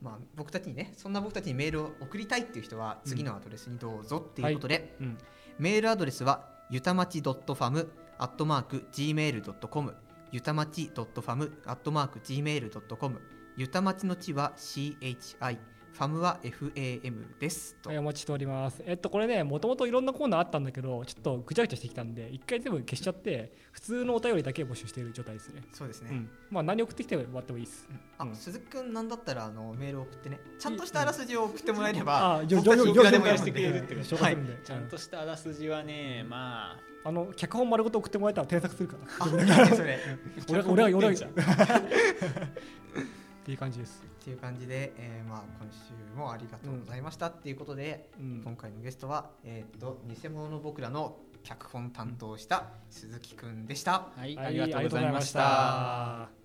[SPEAKER 2] まあ僕たちにねそんな僕たちにメールを送りたいっていう人は次のアドレスにどうぞっていうことで、
[SPEAKER 1] うん
[SPEAKER 2] メールアドレスはゆたまち .fam.gmail.com ゆたまち .fam.gmail.com ゆたまちの地は CHI ファムは FAM ですと、
[SPEAKER 1] はいお待ちしておりますえっとこれねもともといろんなコーナーあったんだけどちょっとぐちゃぐちゃしてきたんで一回全部消しちゃって普通のお便りだけ募集している状態ですね
[SPEAKER 2] そうですね、
[SPEAKER 1] うんまあ何送ってきてもらってもいいです
[SPEAKER 2] あ、
[SPEAKER 1] うん
[SPEAKER 2] 鈴木くんなんだったらあのメールを送ってねちゃんとしたあらすじを送ってもらえれば、
[SPEAKER 1] あ
[SPEAKER 2] 僕
[SPEAKER 1] よ
[SPEAKER 2] たち
[SPEAKER 1] よ
[SPEAKER 2] いくらで
[SPEAKER 1] よ
[SPEAKER 2] も読むん
[SPEAKER 3] してくれるって
[SPEAKER 2] で
[SPEAKER 3] こと
[SPEAKER 1] 紹介するんで、
[SPEAKER 3] ーちゃんとしたあらすじはねまあ
[SPEAKER 1] あの脚本丸ごと送ってもらえたら添削するから
[SPEAKER 2] あいいねそ
[SPEAKER 1] 俺
[SPEAKER 2] れ
[SPEAKER 1] が俺が俺が
[SPEAKER 3] ちゃん
[SPEAKER 1] っていう感じです、
[SPEAKER 2] っていう感じで、えーまあ、今週もありがとうございましたっていうことで、
[SPEAKER 1] うん
[SPEAKER 2] 今回のゲストは、えー、と偽物の僕らの脚本担当した鈴木くんでした。
[SPEAKER 3] はい
[SPEAKER 1] はい
[SPEAKER 3] ありがとうございました
[SPEAKER 1] ありがとうございました